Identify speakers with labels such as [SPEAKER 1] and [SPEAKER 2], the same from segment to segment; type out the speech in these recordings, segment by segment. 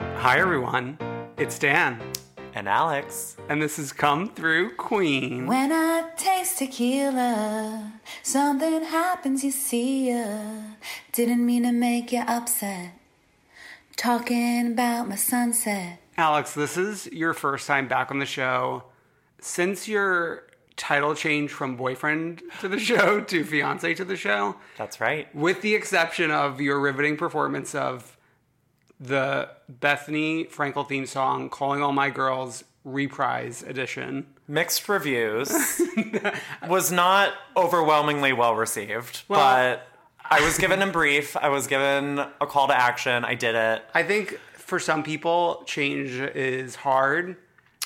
[SPEAKER 1] Hi, everyone. It's Dan,
[SPEAKER 2] And Alex.
[SPEAKER 1] and this is Come Through Queen.
[SPEAKER 3] When I taste tequila, something happens, you see ya. Didn't mean to make you upset. Talking about my sunset.
[SPEAKER 1] Alex, this is your first time back on the show. Since your title change from boyfriend to the show to fiance to the show,
[SPEAKER 2] That's right.
[SPEAKER 1] with the exception of your riveting performance of the Bethany Frankel theme song, Calling All My Girls Reprise Edition.
[SPEAKER 2] Mixed reviews. was not overwhelmingly well received,
[SPEAKER 1] Well-
[SPEAKER 2] but I was given a brief. I was given a call to action. I did it.
[SPEAKER 1] I think for some people, change is hard.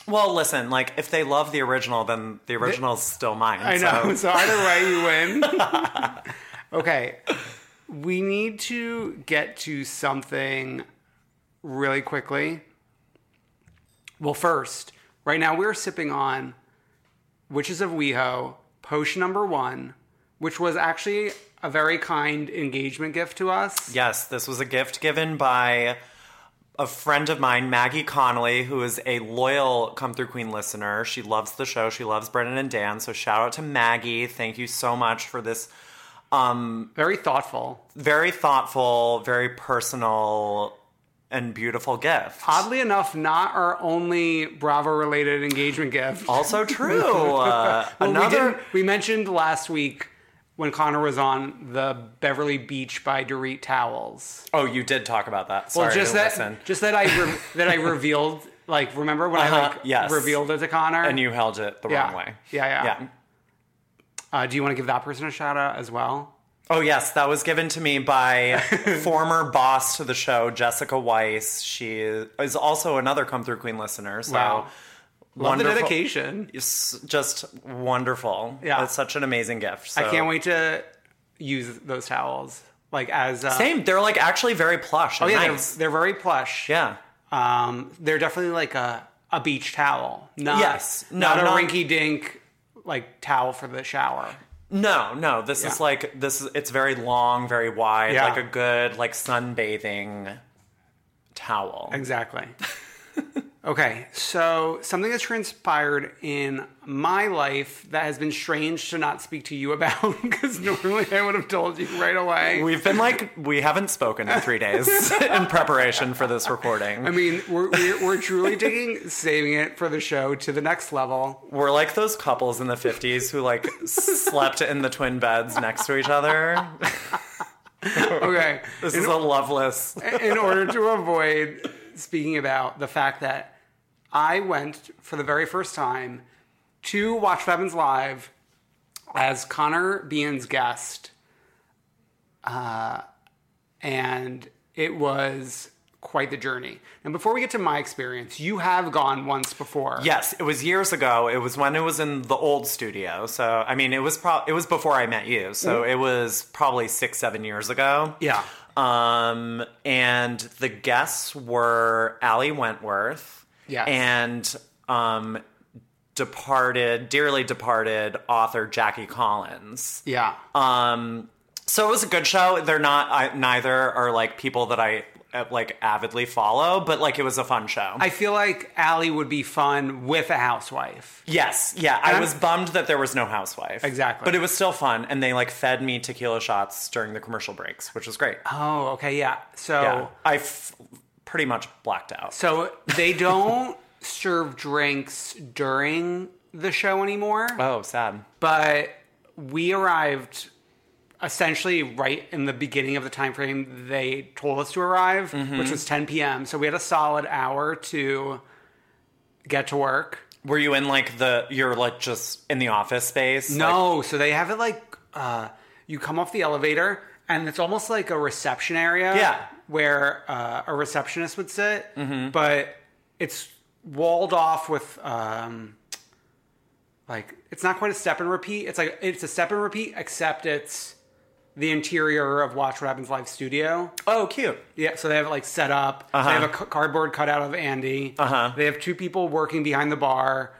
[SPEAKER 2] Well, listen, like if they love the original, then the original's still mine.
[SPEAKER 1] I know. So either way, you win. okay. We need to get to something really quickly. Well, first, right now we're sipping on Witches of WeHo potion number one, which was actually a very kind engagement gift to us.
[SPEAKER 2] Yes, this was a gift given by a friend of mine, Maggie Connolly, who is a loyal Come Through Queen listener. She loves the show. She loves Brennan and Dan. So shout out to Maggie. Thank you so much for this
[SPEAKER 1] Very thoughtful.
[SPEAKER 2] very thoughtful, very personal, and beautiful gift.
[SPEAKER 1] Oddly enough, not our only Bravo related engagement gift.
[SPEAKER 2] also true. Uh,
[SPEAKER 1] Well, we,
[SPEAKER 2] another
[SPEAKER 1] didn't- we mentioned last week when Connor was on the Beverly Beach by Dorit towels.
[SPEAKER 2] Oh, you did talk about that. Sorry,
[SPEAKER 1] Well, just
[SPEAKER 2] I
[SPEAKER 1] that,
[SPEAKER 2] didn't listen.
[SPEAKER 1] just that I re- that I revealed. Like, remember when I
[SPEAKER 2] Uh-huh,
[SPEAKER 1] like
[SPEAKER 2] yes.
[SPEAKER 1] revealed it to Connor?
[SPEAKER 2] and you held it the
[SPEAKER 1] Yeah.
[SPEAKER 2] wrong way.
[SPEAKER 1] Yeah, yeah.
[SPEAKER 2] Yeah.
[SPEAKER 1] uh, do you want to give that person a shout out as well?
[SPEAKER 2] Oh yes, that was given to me by former boss to the show, Jessica Weiss. She is also another Come Through Queen listener. So
[SPEAKER 1] Wow. Love
[SPEAKER 2] Wonderful. Uh,
[SPEAKER 1] the dedication.
[SPEAKER 2] it's just wonderful.
[SPEAKER 1] Yeah.
[SPEAKER 2] it's such an amazing gift.
[SPEAKER 1] I
[SPEAKER 2] so-
[SPEAKER 1] can't wait to use those towels. Like as uh,
[SPEAKER 2] Same. They're like actually very plush. And
[SPEAKER 1] Oh yeah,
[SPEAKER 2] nice.
[SPEAKER 1] they're, they're very plush.
[SPEAKER 2] yeah.
[SPEAKER 1] Um, they're definitely like a, a beach towel. Not,
[SPEAKER 2] Yes. No,
[SPEAKER 1] not a
[SPEAKER 2] not-
[SPEAKER 1] rinky dink like towel for the shower.
[SPEAKER 2] No, no. This is
[SPEAKER 1] Yeah.
[SPEAKER 2] like this. Is, it's very long, very wide,
[SPEAKER 1] Yeah.
[SPEAKER 2] like a good like sunbathing towel.
[SPEAKER 1] Exactly. Okay, so something that's transpired in my life that has been strange to not speak to you about because normally I would have told you right away.
[SPEAKER 2] We've been like, we haven't spoken in three days in preparation for this recording.
[SPEAKER 1] I mean, we're, we're, we're truly taking saving it for the show to the next level.
[SPEAKER 2] We're like those couples in the 50s who like slept in the twin beds next to each other.
[SPEAKER 1] Okay,
[SPEAKER 2] This is a loveless.
[SPEAKER 1] in order to avoid speaking about the fact that I went for the very first time to Watch What Happens Live as Connor Bean's guest. Uh, and it was quite the journey. And before we get to my experience, you have gone once before.
[SPEAKER 2] Yes, it was years ago. It was when it was in the old studio. So I mean, it was pro- it was before I met you. So it was probably six, seven years ago.
[SPEAKER 1] Mm-hmm. Yeah.
[SPEAKER 2] Um, and the guests were Allie Wentworth.
[SPEAKER 1] Yes.
[SPEAKER 2] And um, departed, dearly departed author Jackie Collins.
[SPEAKER 1] Yeah.
[SPEAKER 2] Um, so it was a good show. They're not I, neither are like people that I uh, like avidly follow, but like it was a fun show.
[SPEAKER 1] I feel like Allie would be fun with a housewife.
[SPEAKER 2] Yes, yeah. I
[SPEAKER 1] And I'm-
[SPEAKER 2] was bummed that there was no housewife.
[SPEAKER 1] Exactly.
[SPEAKER 2] But it was still fun. And they like fed me tequila shots during the commercial breaks, which was great.
[SPEAKER 1] Oh, okay. Yeah. So.
[SPEAKER 2] Yeah. I f- pretty much blacked out.
[SPEAKER 1] So they don't serve drinks during the show anymore,
[SPEAKER 2] oh, sad.
[SPEAKER 1] but we arrived essentially right in the beginning of the time frame they told us to arrive, which was 10 p.m. So we had a solid hour to get to work.
[SPEAKER 2] Were you in like the, you're like just in the office space? Like,
[SPEAKER 1] No, so they have it like uh, you come off the elevator, and it's almost like a reception area.
[SPEAKER 2] Yeah. Mm-hmm.
[SPEAKER 1] where uh, a receptionist would sit, but it's walled off with um, like it's not quite a step and repeat. It's like it's a step and repeat, except it's the interior of Watch What Happens Live studio.
[SPEAKER 2] oh, cute.
[SPEAKER 1] Yeah, so they have it like set up.
[SPEAKER 2] Uh-huh.
[SPEAKER 1] They have a c- cardboard cutout of Andy. Uh huh. They have two people working behind the bar.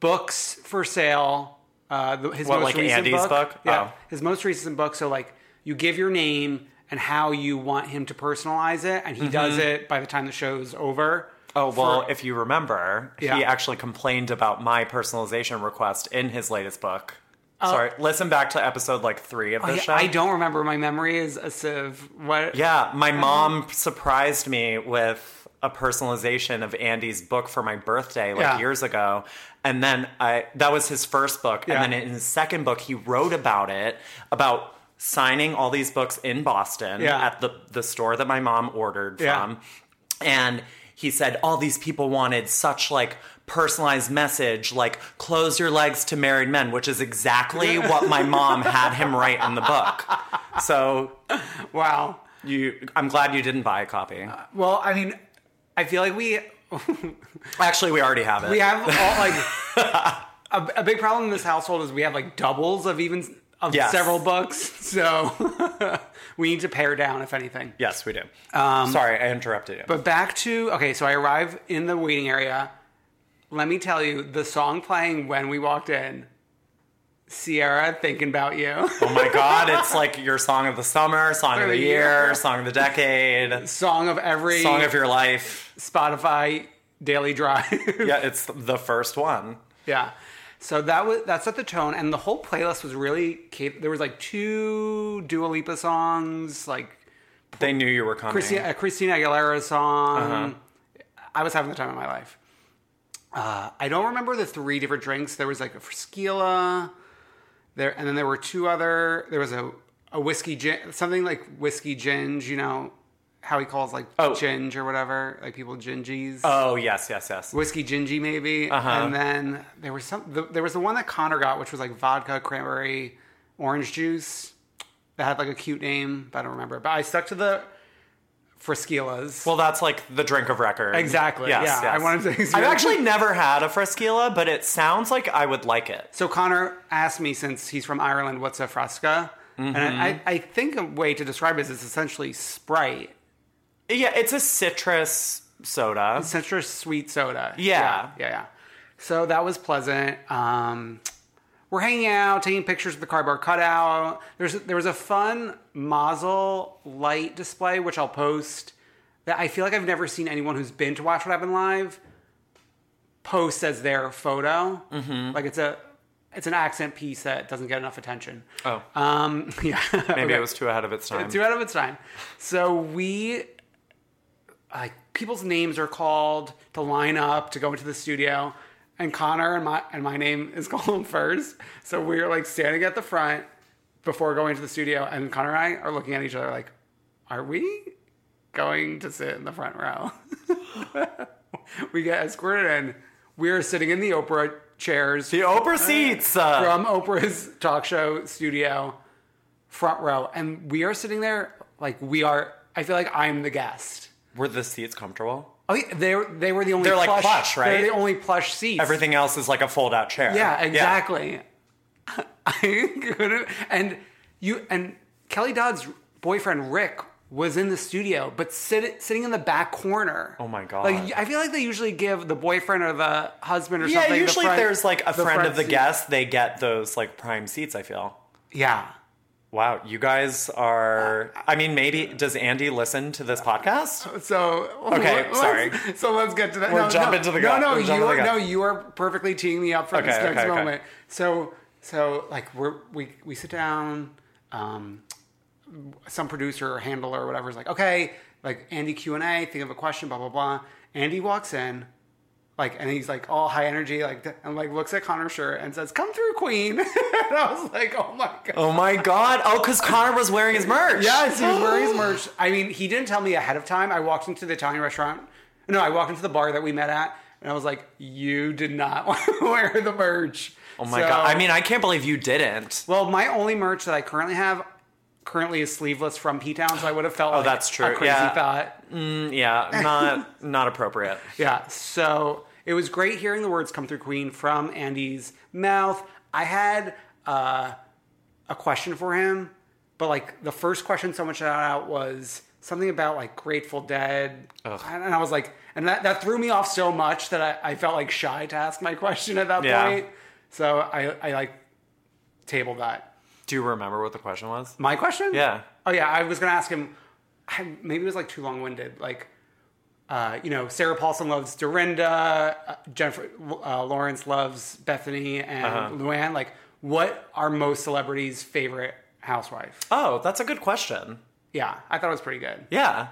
[SPEAKER 1] Books for sale. Uh, the, his
[SPEAKER 2] What,
[SPEAKER 1] most
[SPEAKER 2] like
[SPEAKER 1] recent
[SPEAKER 2] Andy's
[SPEAKER 1] book.
[SPEAKER 2] book?
[SPEAKER 1] Yeah,
[SPEAKER 2] Oh.
[SPEAKER 1] his most recent book. So like, you give your name and how you want him to personalize it, and he does it by the time the show's over.
[SPEAKER 2] Mm-hmm. Oh, well, if you remember, he
[SPEAKER 1] Yeah.
[SPEAKER 2] actually complained about my personalization request in his latest book. Sorry, listen back to episode like three of this
[SPEAKER 1] I,
[SPEAKER 2] show.
[SPEAKER 1] Oh. I don't remember. My memory is a sieve. What?
[SPEAKER 2] Yeah, my mom surprised me with a personalization of Andy's book for my birthday like
[SPEAKER 1] Yeah.
[SPEAKER 2] years ago. And then I that was his first book.
[SPEAKER 1] Yeah.
[SPEAKER 2] And then in his second book he wrote about it, about signing all these books in Boston
[SPEAKER 1] Yeah.
[SPEAKER 2] at the, the store that my mom ordered
[SPEAKER 1] Yeah.
[SPEAKER 2] from. And he said all these people wanted such like personalized message like close your legs to married men, which is exactly what my mom had him write in the book. So
[SPEAKER 1] Wow.
[SPEAKER 2] you, I'm glad you didn't buy a copy.
[SPEAKER 1] Well, I mean, I feel like we
[SPEAKER 2] Actually, we already have it.
[SPEAKER 1] We have all like a, a big problem in this household is we have like doubles of even of
[SPEAKER 2] Yes.
[SPEAKER 1] several books, so we need to pare down if anything.
[SPEAKER 2] Yes, we do. Um, Sorry, I interrupted you.
[SPEAKER 1] But back to okay, so I arrive in the waiting area. Let me tell you, the song playing when we walked in, Sierra thinking about you.
[SPEAKER 2] oh my God, it's like your song of the summer, song of the
[SPEAKER 1] the
[SPEAKER 2] year,
[SPEAKER 1] year.
[SPEAKER 2] song of the decade,
[SPEAKER 1] song of every
[SPEAKER 2] song of your life.
[SPEAKER 1] Spotify daily drive.
[SPEAKER 2] Yeah, it's the first one.
[SPEAKER 1] Yeah. So that was that set the tone, and the whole playlist was really. cap- There was like two Dua Lipa songs, like
[SPEAKER 2] They knew you were coming.
[SPEAKER 1] Christina, a Christina Aguilera song. I was having the time of my life. Uh, I don't remember the three different drinks. There was like a Fresquila, there, and then there were two other. There was a a whiskey gin, something like whiskey ginge. You know how he calls like
[SPEAKER 2] Oh.
[SPEAKER 1] ginge or whatever, like people gingies
[SPEAKER 2] oh yes, yes, yes.
[SPEAKER 1] whiskey gingy maybe and then there was some the, there was the one that connor got which was like vodka cranberry orange juice that had like a cute name but i don't remember it. but i stuck to the frisquilas
[SPEAKER 2] Well, that's like the drink of record.
[SPEAKER 1] Exactly,
[SPEAKER 2] Yes,
[SPEAKER 1] yeah, I
[SPEAKER 2] yes.
[SPEAKER 1] wanted to
[SPEAKER 2] I've
[SPEAKER 1] experience-
[SPEAKER 2] actually never had a fresquilla, but it sounds like I would like it.
[SPEAKER 1] so connor asked me since he's from ireland what's a fresca and I, I think a way to describe it is it's essentially sprite
[SPEAKER 2] Yeah, it's a citrus soda.
[SPEAKER 1] citrus sweet soda.
[SPEAKER 2] Yeah.
[SPEAKER 1] yeah, yeah. yeah. So that was pleasant. Um, we're hanging out, taking pictures of the cardboard cutout. There's there was a fun Mazel light display, which I'll post. that I feel like I've never seen anyone who's been to Watch What Happened Live post as their photo. Mm-hmm. Like it's a it's an accent piece that doesn't get enough attention.
[SPEAKER 2] Oh.
[SPEAKER 1] Um, yeah.
[SPEAKER 2] Maybe it was too ahead of its time.
[SPEAKER 1] Two out of its time. So we, like, people's names are called to line up to go into the studio, and Connor and my and my name is called first. So we're like standing at the front before going to the studio, and Connor and I are looking at each other like, "Are we going to sit in the front row?" we get escorted in. We are sitting in the Oprah chairs
[SPEAKER 2] the Oprah seats. Uh,
[SPEAKER 1] from Oprah's talk show studio, front row, and we are sitting there like we are. I feel like I'm the guest.
[SPEAKER 2] were the seats comfortable?
[SPEAKER 1] Oh, yeah, they were- they were the only
[SPEAKER 2] They're like
[SPEAKER 1] plush,
[SPEAKER 2] plush, right?
[SPEAKER 1] They're the only plush seats.
[SPEAKER 2] Everything else is like a fold out chair.
[SPEAKER 1] Yeah, exactly. I couldn't. And you and Kelly Dodd's boyfriend Rick was in the studio, but sit, sitting in the back corner.
[SPEAKER 2] Oh my God.
[SPEAKER 1] Like I feel like they usually give the boyfriend or the husband or
[SPEAKER 2] Yeah,
[SPEAKER 1] something. the
[SPEAKER 2] usually
[SPEAKER 1] front-
[SPEAKER 2] if there's like a friend
[SPEAKER 1] front
[SPEAKER 2] of the
[SPEAKER 1] seat.
[SPEAKER 2] guest, they get those like prime seats, I feel.
[SPEAKER 1] Yeah.
[SPEAKER 2] Wow, you guys are. I mean, maybe does Andy listen to this podcast?
[SPEAKER 1] So
[SPEAKER 2] Okay,
[SPEAKER 1] let's-
[SPEAKER 2] sorry.
[SPEAKER 1] So let's get to that.
[SPEAKER 2] We're
[SPEAKER 1] no,
[SPEAKER 2] jumping
[SPEAKER 1] no,
[SPEAKER 2] to the
[SPEAKER 1] no,
[SPEAKER 2] gun.
[SPEAKER 1] no.
[SPEAKER 2] We're jumping
[SPEAKER 1] You
[SPEAKER 2] to
[SPEAKER 1] are
[SPEAKER 2] the
[SPEAKER 1] no,
[SPEAKER 2] gun.
[SPEAKER 1] you are perfectly teeing me up for this
[SPEAKER 2] Okay,
[SPEAKER 1] next
[SPEAKER 2] okay, okay.
[SPEAKER 1] moment. So so like we're we we sit down. Um, some producer or handler or whatever is like, okay, like Andy Q and A, think of a question, blah blah blah. Andy walks in, like, and he's like all high energy, like, and like looks at Connor's shirt and says, "Come through, Queen." and I was like, "Oh my god."
[SPEAKER 2] Oh my god! Oh, because Connor was wearing his merch.
[SPEAKER 1] Yes, he was wearing his merch. I mean, he didn't tell me ahead of time. I walked into the Italian restaurant. No, I walked into the bar that we met at, and I was like, "You did not wear the merch."
[SPEAKER 2] Oh my god! I mean, I can't believe you didn't.
[SPEAKER 1] well, my only merch that I currently have currently is sleeveless from P Town, so I would have felt oh, like
[SPEAKER 2] that's true.
[SPEAKER 1] a crazy
[SPEAKER 2] Yeah.
[SPEAKER 1] thought.
[SPEAKER 2] Yeah, not not appropriate.
[SPEAKER 1] Yeah. So it was great hearing the words come through Queen from Andy's mouth. I had uh, a question for him, but like the first question someone shouted out was something about like Grateful Dead. And and I was like, and that, that threw me off so much that I, I felt like shy to ask my question at that
[SPEAKER 2] Yeah.
[SPEAKER 1] point. So I, I like tabled that.
[SPEAKER 2] Do you remember what the question was?
[SPEAKER 1] My question?
[SPEAKER 2] Yeah.
[SPEAKER 1] Oh yeah, I was gonna ask him. I, maybe it was like too long winded. Like, uh, you know, Sarah Paulson loves Dorinda, uh, Jennifer uh, Lawrence loves Bethany and
[SPEAKER 2] Uh-huh.
[SPEAKER 1] Luann. Like, what are most celebrities' favorite housewife?
[SPEAKER 2] Oh, that's a good question.
[SPEAKER 1] Yeah, I thought it was pretty good.
[SPEAKER 2] Yeah,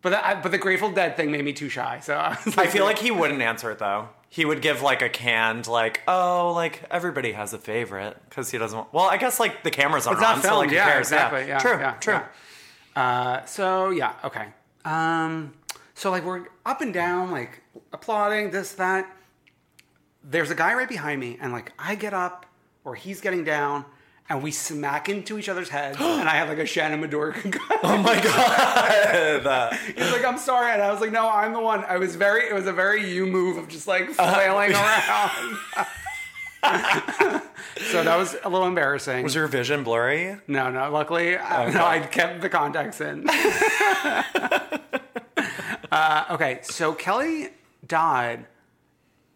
[SPEAKER 1] But the, I, but the Grateful Dead thing made me too shy. So I, was
[SPEAKER 2] I feel like he wouldn't answer it though. He would give like a canned, like, oh, like everybody has a favorite because he doesn't. Want, well, I guess like the cameras aren't
[SPEAKER 1] It's not
[SPEAKER 2] on, so
[SPEAKER 1] filmed,
[SPEAKER 2] like who
[SPEAKER 1] yeah,
[SPEAKER 2] cares?
[SPEAKER 1] exactly. Yeah,
[SPEAKER 2] true,
[SPEAKER 1] yeah,
[SPEAKER 2] true.
[SPEAKER 1] yeah. Uh, so yeah, okay. Um, so like we're up and down, like applauding this that. There's a guy right behind me, and like I get up or he's getting down, and we smack into each other's heads, and I have like a Shannon Medora concussion. Oh my
[SPEAKER 2] The-
[SPEAKER 1] He's like, I'm sorry, and I was like, No, I'm the one. I was very. It was a very you move of just like flailing around. so that was a little embarrassing.
[SPEAKER 2] was your vision blurry?
[SPEAKER 1] No, no. Luckily, I no, I kept the contacts in. uh, okay, so Kelly Dodd,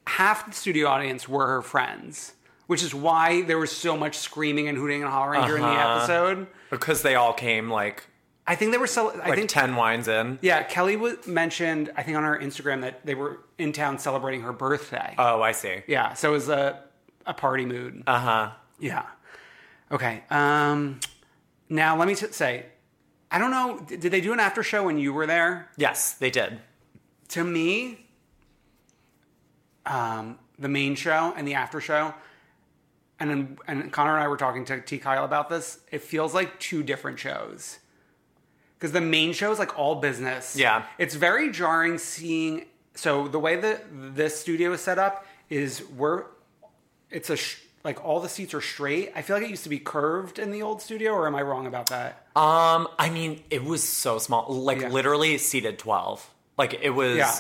[SPEAKER 1] half the studio audience were her friends, which is why there was so much screaming and hooting and hollering during the episode.
[SPEAKER 2] Because they all came like
[SPEAKER 1] I think they were so. I
[SPEAKER 2] like
[SPEAKER 1] think
[SPEAKER 2] ten wines in.
[SPEAKER 1] yeah, Kelly was mentioned. I think on her Instagram that they were in town celebrating her birthday.
[SPEAKER 2] Oh, I see.
[SPEAKER 1] Yeah, so it was a a party mood. Uh huh. Yeah. Okay. Um. Now let me t- say, I don't know. d- Did they do an after show when you were there?
[SPEAKER 2] Yes, they did.
[SPEAKER 1] To me, um, the main show and the after show, and then and Connor and I were talking to T Kyle about this. It feels like two different shows. Because the main show is like all business.
[SPEAKER 2] Yeah.
[SPEAKER 1] It's very jarring seeing. So the way that this studio is set up is we're it's a sh- like all the seats are straight. I feel like it used to be curved in the old studio, or am I wrong about that?
[SPEAKER 2] Um, I mean, it was so small, like
[SPEAKER 1] Yeah.
[SPEAKER 2] literally seated twelve. Like it was
[SPEAKER 1] Yeah.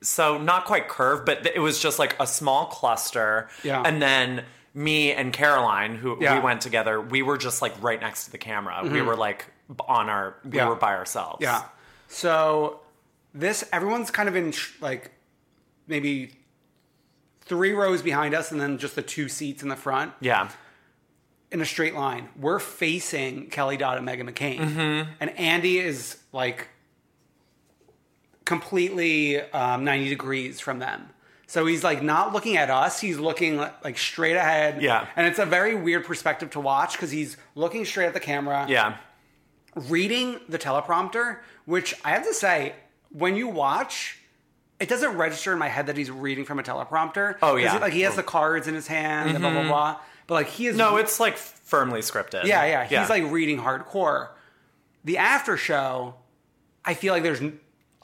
[SPEAKER 2] so not quite curved, but th- it was just like a small cluster.
[SPEAKER 1] Yeah.
[SPEAKER 2] And then me and Caroline, who
[SPEAKER 1] Yeah. Mm-hmm.
[SPEAKER 2] we went together, we were just like right next to the camera. We were like b- on our, we
[SPEAKER 1] Yeah.
[SPEAKER 2] were by ourselves.
[SPEAKER 1] Yeah. So this everyone's kind of in sh- like maybe three rows behind us, and then just the two seats in the front
[SPEAKER 2] Yeah.
[SPEAKER 1] in a straight line. We're
[SPEAKER 2] Mm-hmm.
[SPEAKER 1] facing Kelly Dodd and Megan McCain, and Andy is like completely um, 90 degrees from them. So he's like not looking at us, he's looking like straight ahead.
[SPEAKER 2] Yeah.
[SPEAKER 1] And it's a very weird perspective to watch because he's looking straight at the camera
[SPEAKER 2] Yeah.
[SPEAKER 1] reading the teleprompter, which I have to say, when you watch, it doesn't register in my head that he's reading from a teleprompter.
[SPEAKER 2] Oh,
[SPEAKER 1] 'Cause
[SPEAKER 2] yeah. Mm-hmm.
[SPEAKER 1] he- like he has the cards in his hand, and blah blah blah. But like he is
[SPEAKER 2] No, it's like firmly scripted.
[SPEAKER 1] yeah yeah he's like reading hardcore. The after show, I feel like there's n-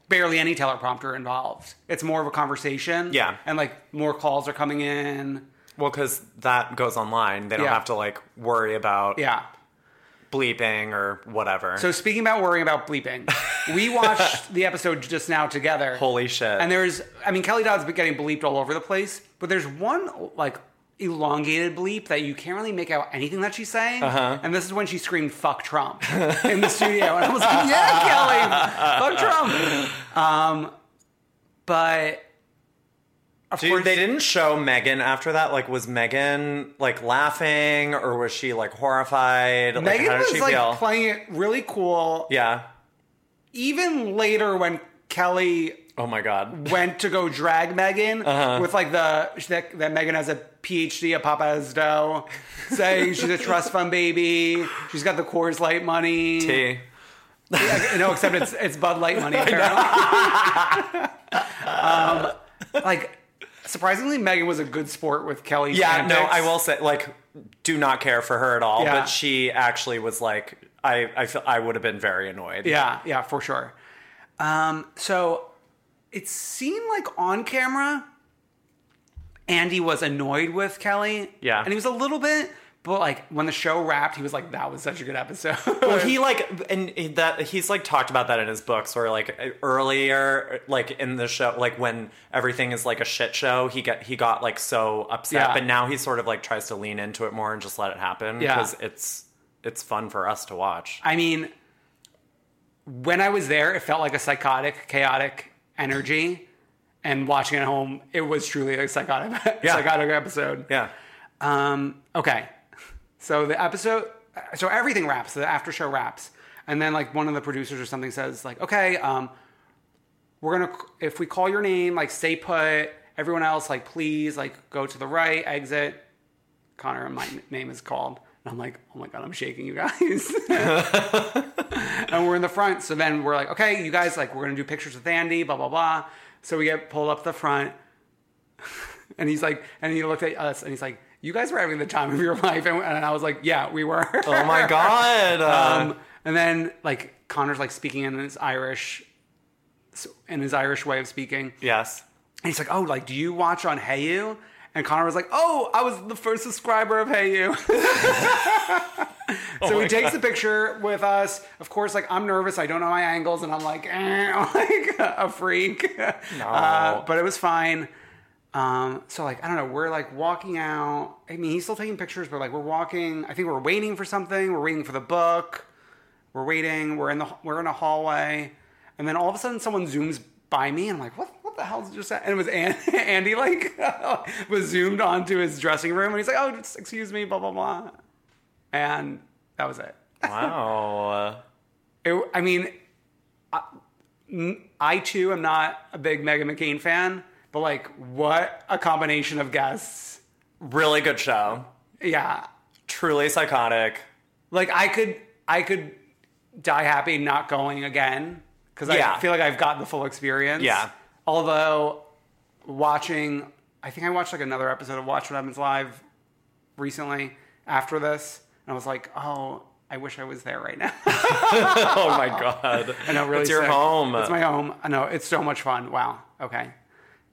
[SPEAKER 1] barely any teleprompter involved. It's more of a conversation.
[SPEAKER 2] Yeah.
[SPEAKER 1] and like more calls are coming in.
[SPEAKER 2] well, because that goes online. They don't
[SPEAKER 1] Yeah.
[SPEAKER 2] have to like worry about
[SPEAKER 1] Yeah.
[SPEAKER 2] bleeping or whatever.
[SPEAKER 1] So speaking about worrying about bleeping, we watched the episode just now together.
[SPEAKER 2] holy shit.
[SPEAKER 1] And there's, I mean, Kelly Dodd's been getting bleeped all over the place, but there's one like elongated bleep that you can't really make out anything that she's saying. Uh-huh. And this is when she screamed "fuck Trump" in the studio, and I was like, "Yeah, Kelly, fuck Trump." Um, but of
[SPEAKER 2] Dude,
[SPEAKER 1] course,
[SPEAKER 2] they didn't show Megan after that. Like, was Megan like laughing or was she like horrified? like,
[SPEAKER 1] Megan
[SPEAKER 2] how did
[SPEAKER 1] was
[SPEAKER 2] she
[SPEAKER 1] like
[SPEAKER 2] feel?
[SPEAKER 1] playing it really cool.
[SPEAKER 2] yeah.
[SPEAKER 1] Even later when Kelly
[SPEAKER 2] Oh my god.
[SPEAKER 1] went to go drag Megan
[SPEAKER 2] Uh-huh.
[SPEAKER 1] with like the that, that Megan has a PhD at Papa's dough, saying she's a trust fund baby. She's got the Coors Light money.
[SPEAKER 2] T.
[SPEAKER 1] Yeah, no, except it's it's Bud Light money apparently. um, like surprisingly, Megan was a good sport with Kelly.
[SPEAKER 2] Yeah, no, I will say, like, do not care for her at all.
[SPEAKER 1] Yeah.
[SPEAKER 2] But she actually was like, I, I feel I would have been very annoyed.
[SPEAKER 1] Yeah, yeah, for sure. Um, so it seemed like on camera, Andy was annoyed with Kelly.
[SPEAKER 2] Yeah.
[SPEAKER 1] And he was a little bit, but like when the show wrapped, he was like, that was such a good episode.
[SPEAKER 2] Well, he like and he- that he's like talked about that in his books or like earlier like in the show like when everything is like a shit show he got he got like so upset
[SPEAKER 1] Yeah.
[SPEAKER 2] but now he sort of like tries to lean into it more and just let it happen
[SPEAKER 1] Yeah.
[SPEAKER 2] because it's it's fun for us to watch
[SPEAKER 1] I mean, when I was there, it felt like a psychotic, chaotic energy. And watching it at home, it was truly a psychotic, psychotic episode.
[SPEAKER 2] yeah
[SPEAKER 1] Um, okay. So the episode, so everything wraps, the after show wraps. And then like one of the producers or something says like, okay, um, we're going to, if we call your name, like stay put everyone else, like, please like go to the right exit. Connor and my n- name is called. And I'm like, oh my God, I'm shaking you guys. and we're in the front. So then we're like, okay, you guys, like, we're going to do pictures with Andy, blah, blah, blah. So we get pulled up to the front. And he's like, and he looked at us and he's like, you guys were having the time of your life. And, and I was like, yeah, we were.
[SPEAKER 2] oh my god uh,
[SPEAKER 1] Um, and then like Connor's like speaking in his Irish, in his Irish way of speaking.
[SPEAKER 2] yes
[SPEAKER 1] And he's like, oh, like, do you watch on Hey You? And Connor was like, oh, I was the first subscriber of Hey You. so he takes the picture with us. Of course, like, I'm nervous. I don't know my angles. And I'm like, eh, like a freak. Uh, but it was fine. Um, so like, I don't know, we're like walking out. I mean, he's still taking pictures, but like we're walking, I think we're waiting for something. We're waiting for the book. We're waiting. We're in the, we're in a hallway. And then all of a sudden someone zooms by me. And I'm like, what, what the hell just that? And it was An- Andy like was zoomed onto his dressing room and he's like, Oh, just excuse me, blah, blah, blah. And that was it.
[SPEAKER 2] wow
[SPEAKER 1] It- I mean, I, I too am not a big Megan McCain fan, but like, what a combination of guests.
[SPEAKER 2] really good show
[SPEAKER 1] Yeah,
[SPEAKER 2] truly psychotic
[SPEAKER 1] like I could, I could die happy not going again because
[SPEAKER 2] Yeah.
[SPEAKER 1] I feel like I've gotten the full experience.
[SPEAKER 2] Yeah.
[SPEAKER 1] Although watching, I think I watched like another episode of Watch What Happens Live recently after this, and I was like, oh, I wish I was there right now.
[SPEAKER 2] oh my god
[SPEAKER 1] I know, really.
[SPEAKER 2] it's your
[SPEAKER 1] sick.
[SPEAKER 2] home
[SPEAKER 1] It's my home. I know. It's so much fun. Wow. Okay.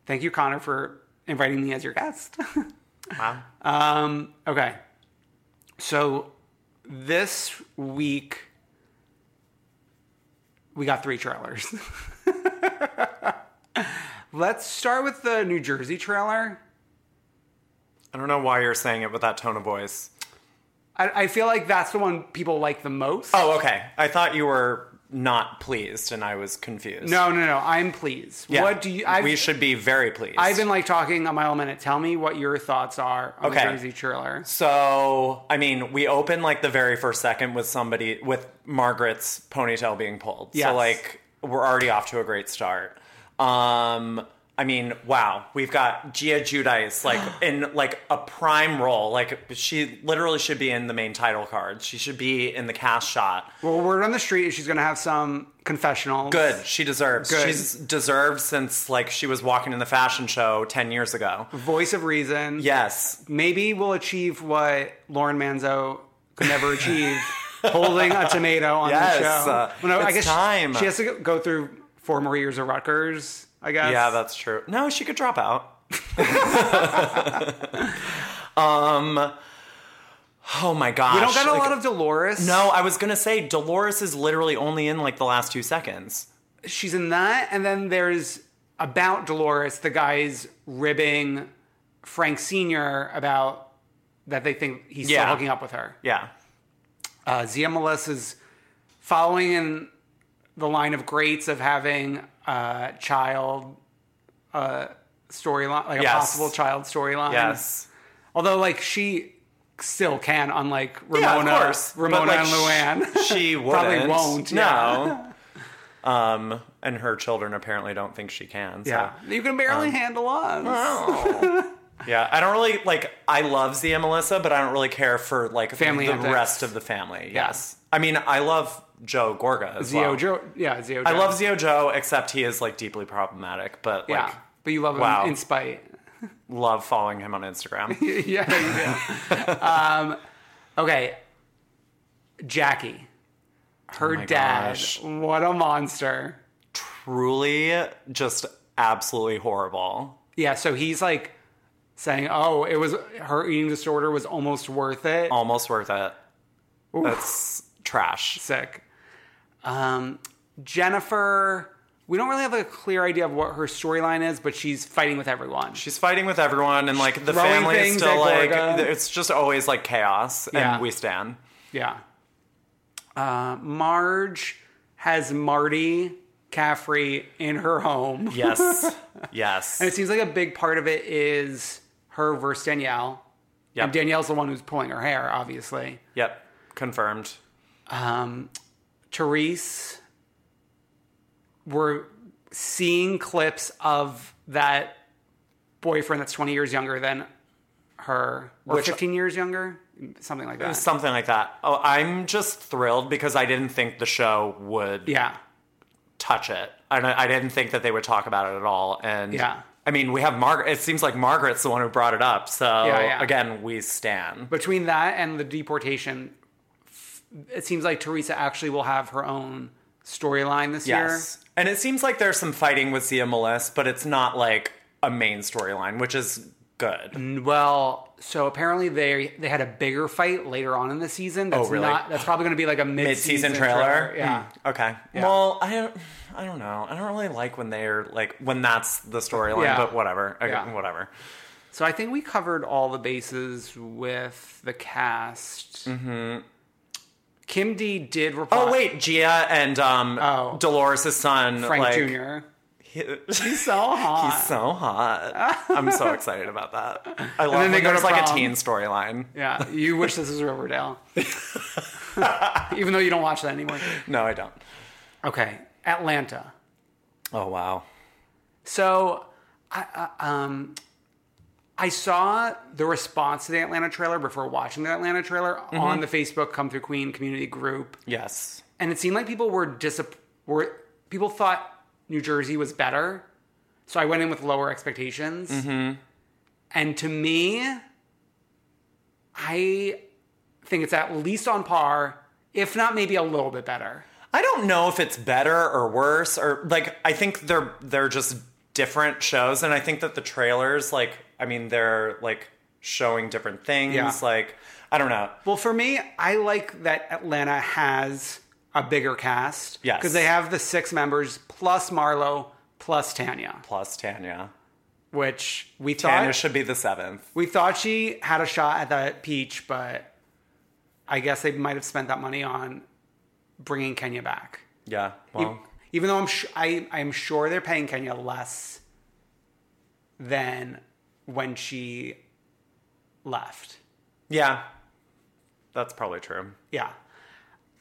[SPEAKER 1] Thank you, Connor, for inviting me as your guest.
[SPEAKER 2] Wow.
[SPEAKER 1] Um, okay. So this week, we got three trailers. Let's start with the New Jersey trailer.
[SPEAKER 2] i don't know why you're saying it with that tone of voice
[SPEAKER 1] I, I feel like that's the one people like the most.
[SPEAKER 2] oh okay i thought you were not pleased and i was confused
[SPEAKER 1] No, no, no. I'm pleased.
[SPEAKER 2] Yeah.
[SPEAKER 1] What do you? I've,
[SPEAKER 2] we should be very pleased.
[SPEAKER 1] I've been like talking a mile a minute. Tell me what your thoughts are on
[SPEAKER 2] Okay.
[SPEAKER 1] the Jersey trailer.
[SPEAKER 2] so. I mean, we open like the very first second with somebody with Margaret's ponytail being pulled.
[SPEAKER 1] Yes.
[SPEAKER 2] So like we're already off to a great start. Um, I mean, wow, we've got Gia Judice like in like a prime role. Like she literally should be in the main title card. She should be in the cast shot.
[SPEAKER 1] Well, word on the street is she's going to have some confessionals.
[SPEAKER 2] Good. She deserves.
[SPEAKER 1] Good.
[SPEAKER 2] She's deserved since like she was walking in the fashion show ten years ago.
[SPEAKER 1] Voice of reason.
[SPEAKER 2] Yes.
[SPEAKER 1] Maybe we'll achieve what Lauren Manzo could never achieve holding a tomato on
[SPEAKER 2] Yes,
[SPEAKER 1] the show.
[SPEAKER 2] uh, it's
[SPEAKER 1] she-
[SPEAKER 2] time.
[SPEAKER 1] She, has to go- go through four more years of Rutgers, I guess.
[SPEAKER 2] Yeah, that's true. No, she could drop out. um. Oh my gosh.
[SPEAKER 1] We don't got a
[SPEAKER 2] Like,
[SPEAKER 1] lot of Dolores.
[SPEAKER 2] No, I was gonna say Dolores is literally only in like the last two seconds.
[SPEAKER 1] she's in that, and then there's about Dolores, the guys ribbing Frank Senior about that they think he's
[SPEAKER 2] Yeah.
[SPEAKER 1] still hooking up with her.
[SPEAKER 2] Yeah.
[SPEAKER 1] Uh, Zia Melissa is following in the line of greats of having a child uh, storyline, like
[SPEAKER 2] Yes.
[SPEAKER 1] a possible child storyline.
[SPEAKER 2] Yes.
[SPEAKER 1] Although, like she still can, unlike
[SPEAKER 2] yeah,
[SPEAKER 1] Ramona,
[SPEAKER 2] of course. But,
[SPEAKER 1] Ramona
[SPEAKER 2] like,
[SPEAKER 1] and Luann.
[SPEAKER 2] sh- She wouldn't.
[SPEAKER 1] Probably won't,
[SPEAKER 2] No. um, and her children apparently don't think she can. So.
[SPEAKER 1] yeah, you can barely
[SPEAKER 2] Um,
[SPEAKER 1] handle us.
[SPEAKER 2] Yeah, I don't really like. I love Zia Melissa, but I don't really care for like
[SPEAKER 1] Family
[SPEAKER 2] the
[SPEAKER 1] antics.
[SPEAKER 2] rest of the family. Yes, I mean I love Joe Gorga. As
[SPEAKER 1] Zio
[SPEAKER 2] well.
[SPEAKER 1] Joe, yeah, Zio.
[SPEAKER 2] I
[SPEAKER 1] Joe.
[SPEAKER 2] love Zio Joe, except he is like deeply problematic. But like,
[SPEAKER 1] Yeah, but you love him
[SPEAKER 2] wow.
[SPEAKER 1] in spite.
[SPEAKER 2] love following him on Instagram.
[SPEAKER 1] yeah, you do. um, okay, Jackie, her
[SPEAKER 2] Oh my
[SPEAKER 1] dad.
[SPEAKER 2] gosh.
[SPEAKER 1] What a monster!
[SPEAKER 2] Truly, just absolutely horrible.
[SPEAKER 1] Yeah, so he's like saying, "Oh, it was her eating disorder was almost worth it."
[SPEAKER 2] Almost worth it. That's trash.
[SPEAKER 1] Sick. Um, Jennifer, we don't really have a clear idea of what her storyline is, but she's fighting with everyone.
[SPEAKER 2] She's fighting with everyone, and like the
[SPEAKER 1] Throwing
[SPEAKER 2] family is
[SPEAKER 1] things
[SPEAKER 2] still
[SPEAKER 1] at
[SPEAKER 2] like
[SPEAKER 1] Gorga.
[SPEAKER 2] it's just always like chaos,
[SPEAKER 1] Yeah.
[SPEAKER 2] and we stand.
[SPEAKER 1] Yeah. Uh, Marge has Marty Caffrey in her home.
[SPEAKER 2] Yes, yes.
[SPEAKER 1] And it seems like a big part of it is her versus Danielle.
[SPEAKER 2] Yep.
[SPEAKER 1] And Danielle's the one who's pulling her hair, obviously.
[SPEAKER 2] Yep, confirmed.
[SPEAKER 1] Um, Therese, we're seeing clips of that boyfriend that's 20 years younger than her, or 15 years younger, something like that.
[SPEAKER 2] Something like that. Oh, I'm just thrilled because I didn't think the show would
[SPEAKER 1] yeah.
[SPEAKER 2] touch it. I, don't- I didn't think that they would talk about it at all. And
[SPEAKER 1] Yeah.
[SPEAKER 2] I mean, we have Margaret. It seems like Margaret's the one who brought it up. So
[SPEAKER 1] Yeah, yeah.
[SPEAKER 2] again, we stand.
[SPEAKER 1] between that and the deportation, f- it seems like Teresa actually will have her own storyline this
[SPEAKER 2] Yes. And it seems like there's some fighting with Zia Melissa, but it's not like a main storyline, which is good.
[SPEAKER 1] year. Well, so apparently they they had a bigger fight later on in the season. That's
[SPEAKER 2] Oh, really?
[SPEAKER 1] not that's probably going to be like a
[SPEAKER 2] Mid
[SPEAKER 1] mid-season,
[SPEAKER 2] season trailer.
[SPEAKER 1] Yeah.
[SPEAKER 2] Hmm, okay. Well, I don't. I don't know. I don't really like when they're like when that's the storyline,
[SPEAKER 1] Yeah.
[SPEAKER 2] but whatever. Okay,
[SPEAKER 1] Yeah.
[SPEAKER 2] Whatever.
[SPEAKER 1] So I think we covered all the bases with the cast. Mm-hmm. Kim D did reply.
[SPEAKER 2] Oh wait, Gia and um,
[SPEAKER 1] Oh.
[SPEAKER 2] Dolores' son,
[SPEAKER 1] Frank
[SPEAKER 2] like,
[SPEAKER 1] Jr.
[SPEAKER 2] he-
[SPEAKER 1] He's so uh-huh. hot.
[SPEAKER 2] he's so hot. I'm so excited about that. I
[SPEAKER 1] then
[SPEAKER 2] love when
[SPEAKER 1] they go to
[SPEAKER 2] there's like a
[SPEAKER 1] prom.
[SPEAKER 2] teen storyline.
[SPEAKER 1] yeah, you wish this was Riverdale, even though you don't watch that anymore.
[SPEAKER 2] No, I don't.
[SPEAKER 1] Okay, Atlanta.
[SPEAKER 2] Oh wow.
[SPEAKER 1] So, I, I- um, I saw the response to the Atlanta trailer before watching the Atlanta trailer on the Facebook Come Through Queen community group,
[SPEAKER 2] Yes.
[SPEAKER 1] and it seemed like people were disapp- were people thought New Jersey was better, so I went in with lower expectations, and to me, I think it's at least on par, if not maybe a little bit better.
[SPEAKER 2] I don't know if it's better or worse or like I think they're they're just different shows and I think that the trailers like I mean they're like showing different things
[SPEAKER 1] Yeah.
[SPEAKER 2] like I don't know.
[SPEAKER 1] Well, for me, I like that Atlanta has a bigger cast.
[SPEAKER 2] Yes.
[SPEAKER 1] Because they have the six members plus Marlo plus Tanya,
[SPEAKER 2] Plus Tanya.
[SPEAKER 1] which we thought
[SPEAKER 2] Tanya should be the seventh.
[SPEAKER 1] we thought she had a shot at that peach, but I guess they might have spent that money on bringing Kenya back. E-,
[SPEAKER 2] Yeah. Well.
[SPEAKER 1] Even though I'm sh- I I'm sure they're paying Kenya less than when she left.
[SPEAKER 2] yeah. That's probably true.
[SPEAKER 1] Yeah.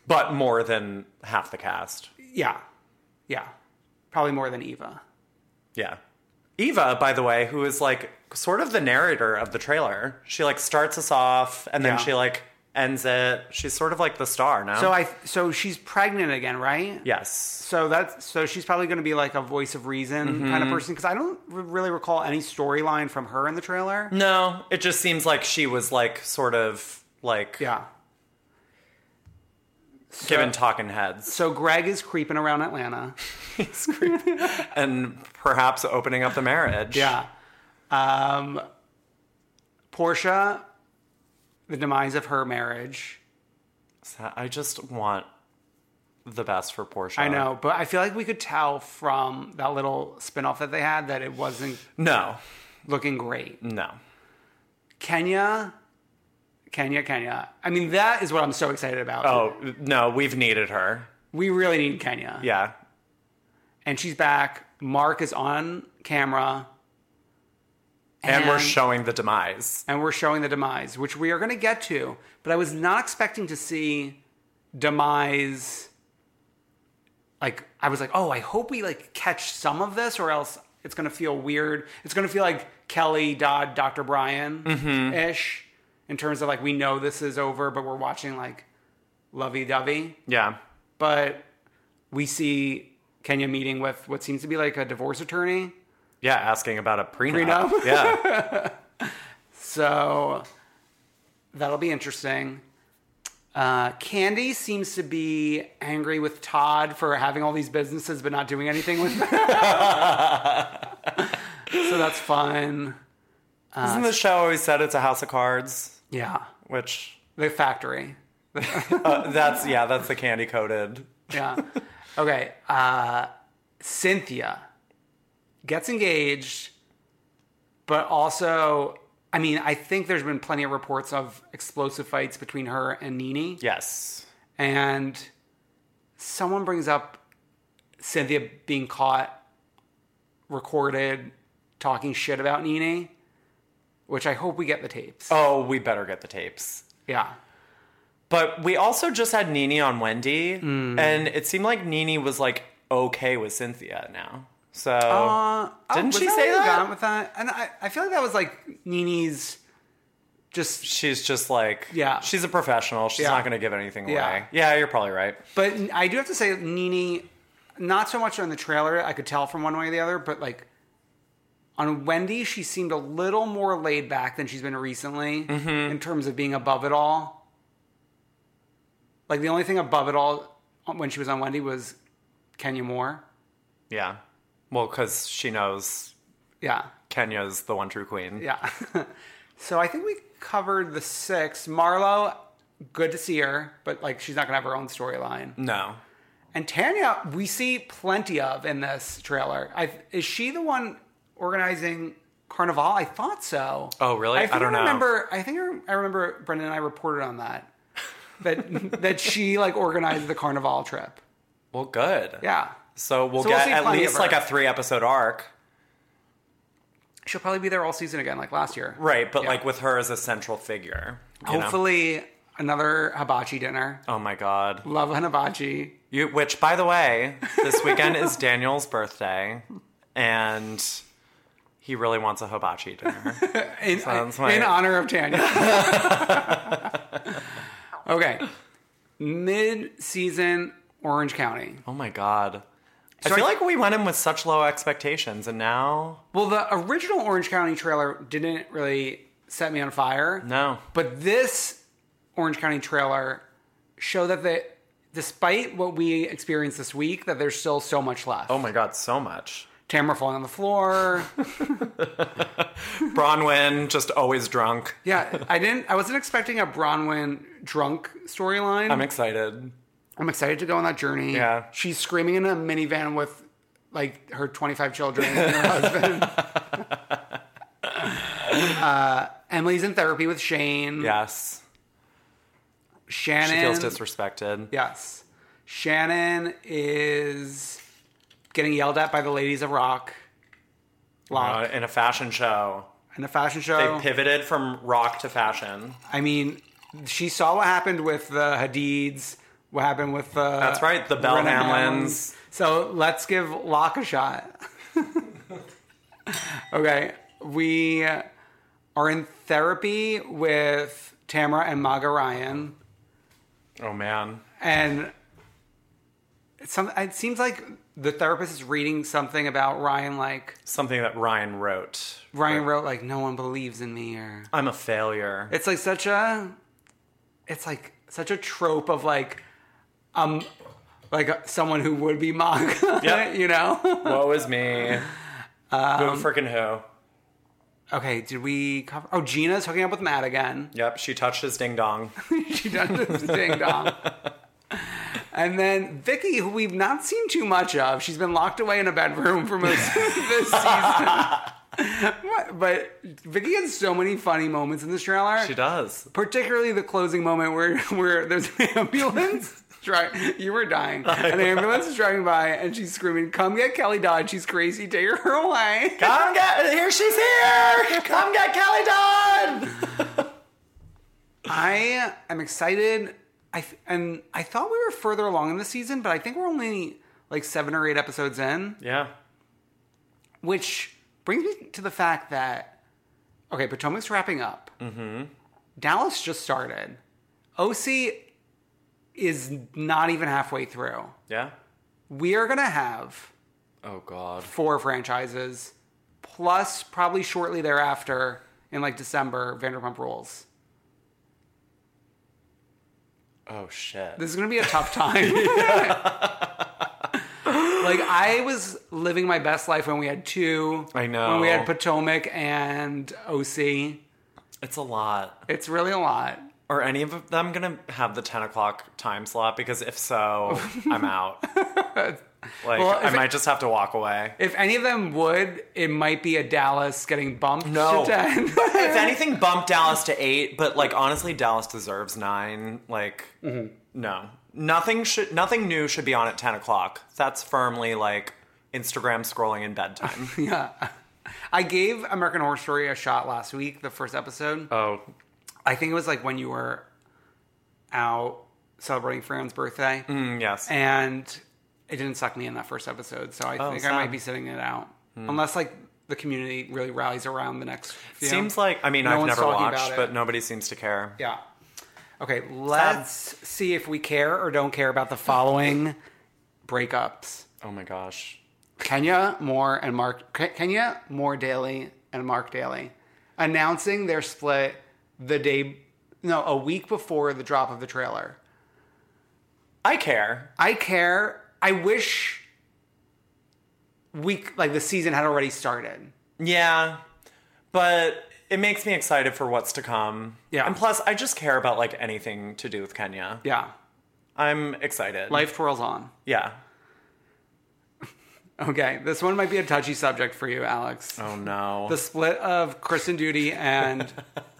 [SPEAKER 2] but more than half the cast.
[SPEAKER 1] Yeah. Yeah. Probably more than Eva.
[SPEAKER 2] Yeah. Eva, by the way, who is like sort of the narrator of the trailer. She like starts us off and then
[SPEAKER 1] Yeah.
[SPEAKER 2] she like ends it. She's sort of like the star now.
[SPEAKER 1] So I so she's pregnant again, right?
[SPEAKER 2] yes.
[SPEAKER 1] So that's so she's probably going to be like a voice of reason kind of person because I don't r- really recall any storyline from her in the trailer.
[SPEAKER 2] No, it just seems like she was like sort of like
[SPEAKER 1] Yeah.
[SPEAKER 2] given talking heads
[SPEAKER 1] So Greg is creeping around Atlanta.
[SPEAKER 2] and perhaps opening up the marriage.
[SPEAKER 1] Yeah. Um, Portia, the demise of her marriage.
[SPEAKER 2] So I just want the best for Portia.
[SPEAKER 1] I know, but I feel like we could tell from that little spinoff that they had that it wasn't
[SPEAKER 2] No.
[SPEAKER 1] looking great.
[SPEAKER 2] No.
[SPEAKER 1] Kenya, Kenya, Kenya. I mean, that is what I'm so excited about.
[SPEAKER 2] Oh, no, we've needed her.
[SPEAKER 1] We really need Kenya.
[SPEAKER 2] Yeah.
[SPEAKER 1] And she's back. Mark is on camera.
[SPEAKER 2] And, we're showing the demise.
[SPEAKER 1] and we're showing the demise, which we are going to get to. But I was not expecting to see demise. Like I was like, oh, I hope we like catch some of this, or else it's going to feel weird. It's going to feel like Kelly Dodd, Dr. Brian
[SPEAKER 2] Mm-hmm.
[SPEAKER 1] ish in terms of like we know this is over, but we're watching like lovey dovey.
[SPEAKER 2] Yeah.
[SPEAKER 1] But we see Kenya meeting with what seems to be like a divorce attorney.
[SPEAKER 2] Yeah, asking about a prenup.
[SPEAKER 1] Prenup?
[SPEAKER 2] yeah.
[SPEAKER 1] So that'll be interesting. Uh, Candy seems to be angry with Todd for having all these businesses but not doing anything with them. so that's fun.
[SPEAKER 2] Isn't the show always said it's a house of cards?
[SPEAKER 1] Yeah.
[SPEAKER 2] Which
[SPEAKER 1] The factory.
[SPEAKER 2] uh, that's yeah, that's the candy coated.
[SPEAKER 1] Yeah. Okay. Uh, Cynthia gets engaged, but also, I mean, I think there's been plenty of reports of explosive fights between her and Nini.
[SPEAKER 2] Yes.
[SPEAKER 1] and someone brings up Cynthia being caught recorded talking shit about Nene, which I hope we get the tapes.
[SPEAKER 2] Oh, we better get the tapes.
[SPEAKER 1] Yeah.
[SPEAKER 2] But we also just had Nini on Wendy, and it seemed like Nini was like okay with Cynthia now. So didn't
[SPEAKER 1] Oh, Was
[SPEAKER 2] she say
[SPEAKER 1] where you
[SPEAKER 2] that?
[SPEAKER 1] got with that? And I, I feel like that was like Nene's just
[SPEAKER 2] She's just like
[SPEAKER 1] Yeah.
[SPEAKER 2] she's a professional. She's
[SPEAKER 1] Yeah.
[SPEAKER 2] not going to give anything
[SPEAKER 1] Yeah.
[SPEAKER 2] away. Yeah, you're probably right.
[SPEAKER 1] But I do have to say, Nini, not so much on the trailer, I could tell from one way or the other, but like on Wendy, she seemed a little more laid back than she's been recently in terms of being above it all. Like the only thing above it all uh, when she was on Wendy was Kenya Moore.
[SPEAKER 2] Yeah. Well, cuz she knows
[SPEAKER 1] Yeah,
[SPEAKER 2] Kenya's the one true queen.
[SPEAKER 1] yeah. so I think we covered the six. Marlo, good to see her, but like she's not gonna have her own storyline.
[SPEAKER 2] No.
[SPEAKER 1] And Tanya, we see plenty of in this trailer. I, is she the one organizing Carnival? I thought so.
[SPEAKER 2] Oh, really?
[SPEAKER 1] I, think
[SPEAKER 2] I don't know.
[SPEAKER 1] Remember, I think I- I remember Brendan and I reported on that. That that she like organized the Carnival trip.
[SPEAKER 2] Well, good.
[SPEAKER 1] Yeah,
[SPEAKER 2] So we'll
[SPEAKER 1] So we'll
[SPEAKER 2] get
[SPEAKER 1] see
[SPEAKER 2] at
[SPEAKER 1] plenty of
[SPEAKER 2] least like
[SPEAKER 1] her.
[SPEAKER 2] a 3 episode arc.
[SPEAKER 1] she'll probably be there all season again, like last year.
[SPEAKER 2] Right, but
[SPEAKER 1] Yeah.
[SPEAKER 2] like with her as a central figure. you know?
[SPEAKER 1] Hopefully, another hibachi dinner.
[SPEAKER 2] Oh my god.
[SPEAKER 1] Love an hibachi.
[SPEAKER 2] You which by the way, this weekend is Daniel's birthday and he really wants a hibachi dinner.
[SPEAKER 1] in,
[SPEAKER 2] Sounds
[SPEAKER 1] in
[SPEAKER 2] like-
[SPEAKER 1] honor of Tanya. okay. Mid season Orange County.
[SPEAKER 2] oh my god.
[SPEAKER 1] So
[SPEAKER 2] I feel
[SPEAKER 1] I-
[SPEAKER 2] like we went in with such low expectations and now
[SPEAKER 1] Well, the original Orange County trailer didn't really set me on fire.
[SPEAKER 2] no.
[SPEAKER 1] But this Orange County trailer showed that the despite what we experienced this week, that there's still so much left.
[SPEAKER 2] Oh my god, so much.
[SPEAKER 1] Tamara falling on the floor.
[SPEAKER 2] Bronwyn just always drunk.
[SPEAKER 1] yeah, I didn't I wasn't expecting a Bronwyn drunk storyline.
[SPEAKER 2] I'm excited.
[SPEAKER 1] I'm excited to go on that journey.
[SPEAKER 2] Yeah.
[SPEAKER 1] She's screaming in a minivan with like her 25 children and her husband. uh, Emily's in therapy with Shane.
[SPEAKER 2] Yes.
[SPEAKER 1] Shannon.
[SPEAKER 2] She feels disrespected.
[SPEAKER 1] Yes. Shannon is getting yelled at by the ladies of rock.
[SPEAKER 2] Uh,
[SPEAKER 1] Lock.
[SPEAKER 2] in a fashion show.
[SPEAKER 1] in a fashion
[SPEAKER 2] They
[SPEAKER 1] show.
[SPEAKER 2] pivoted from rock to fashion.
[SPEAKER 1] I mean, she saw what happened with the Hadids what happened with uh,
[SPEAKER 2] That's right, the Bell
[SPEAKER 1] Brennan
[SPEAKER 2] Hamlins.
[SPEAKER 1] So let's give Locke a shot. okay, we are in therapy with Tamara and Maga Ryan,
[SPEAKER 2] Oh man.
[SPEAKER 1] and it's some it seems like the therapist is reading something about Ryan, like
[SPEAKER 2] Something that Ryan wrote.
[SPEAKER 1] Ryan wrote, like no one believes in me, or
[SPEAKER 2] I'm a failure.
[SPEAKER 1] It's like such a, it's like such a trope of like, um, like uh, someone who would be Maga,
[SPEAKER 2] Yep.
[SPEAKER 1] you know?
[SPEAKER 2] Woe is me. Um, Who freaking who?
[SPEAKER 1] okay, did we cover? Oh, Gina's hooking up with Matt again.
[SPEAKER 2] Yep, she touched his ding dong.
[SPEAKER 1] she does the ding dong. And then Vicky, who we've not seen too much of, she's been locked away in a bedroom for most of this season. What- but Vicky has so many funny moments in this trailer.
[SPEAKER 2] She does.
[SPEAKER 1] particularly the closing moment where where there's an ambulance. Dri- you were dying. An ambulance is driving by, and she's screaming, "Come get Kelly Dodd! She's crazy. Take her away!"
[SPEAKER 2] Come get here. She's here. Come get Kelly Dodd.
[SPEAKER 1] I am excited. I th- and I thought we were further along in the season, but I think we're only like seven or eight episodes in,
[SPEAKER 2] Yeah.
[SPEAKER 1] which brings me to the fact that okay, Potomac's wrapping up. Mm-hmm. Dallas just started. OC is not even halfway through.
[SPEAKER 2] Yeah.
[SPEAKER 1] we are going to have
[SPEAKER 2] Oh God.
[SPEAKER 1] four franchises, plus probably shortly thereafter in like December, Vanderpump Rules.
[SPEAKER 2] Oh shit.
[SPEAKER 1] This is going to be a tough time. like I was living my best life when we had two.
[SPEAKER 2] I know.
[SPEAKER 1] When we had Potomac and OC,
[SPEAKER 2] it's a lot.
[SPEAKER 1] it's really a lot.
[SPEAKER 2] Are any of them gonna have the ten o'clock time slot? Because if so, I'm out. Like
[SPEAKER 1] Well,
[SPEAKER 2] I
[SPEAKER 1] if-
[SPEAKER 2] might just have to walk away.
[SPEAKER 1] If any of them would, it might be a Dallas getting bumped
[SPEAKER 2] No.
[SPEAKER 1] to ten.
[SPEAKER 2] if anything, bump Dallas to eight. But like honestly, Dallas deserves nine. Like no, nothing should nothing new should be on at ten o'clock. That's firmly like Instagram scrolling in bedtime.
[SPEAKER 1] I gave American Horror Story a shot last week, the first episode.
[SPEAKER 2] oh,
[SPEAKER 1] I think it was like when you were out celebrating Fran's
[SPEAKER 2] Mm-hmm.
[SPEAKER 1] birthday,
[SPEAKER 2] Mm, yes.
[SPEAKER 1] and it didn't suck me in that first episode. So I think I
[SPEAKER 2] Oh, sad. Hmm.
[SPEAKER 1] might be sitting it out, unless like the community really rallies around the next. Few.
[SPEAKER 2] Seems like I mean
[SPEAKER 1] No
[SPEAKER 2] I've
[SPEAKER 1] one's
[SPEAKER 2] never
[SPEAKER 1] talking about
[SPEAKER 2] watched,
[SPEAKER 1] it.
[SPEAKER 2] but nobody seems to care.
[SPEAKER 1] yeah. Okay, let's see if we care or don't care about the following breakups:
[SPEAKER 2] Oh my gosh.
[SPEAKER 1] Kenya Moore and Mark Ke- Kenya Moore Daly and Mark Daly announcing their split the day, no, a week before the drop of the trailer.
[SPEAKER 2] I care.
[SPEAKER 1] I care. I wish we like the season had already started.
[SPEAKER 2] Yeah, but it makes me excited for what's to come.
[SPEAKER 1] Yeah.
[SPEAKER 2] and plus I just care about like anything to do with Kenya.
[SPEAKER 1] Yeah,
[SPEAKER 2] I'm excited.
[SPEAKER 1] life twirls on.
[SPEAKER 2] Yeah.
[SPEAKER 1] Okay, this one might be a touchy subject for you, Alex.
[SPEAKER 2] Oh no.
[SPEAKER 1] The split of Kristen Duty and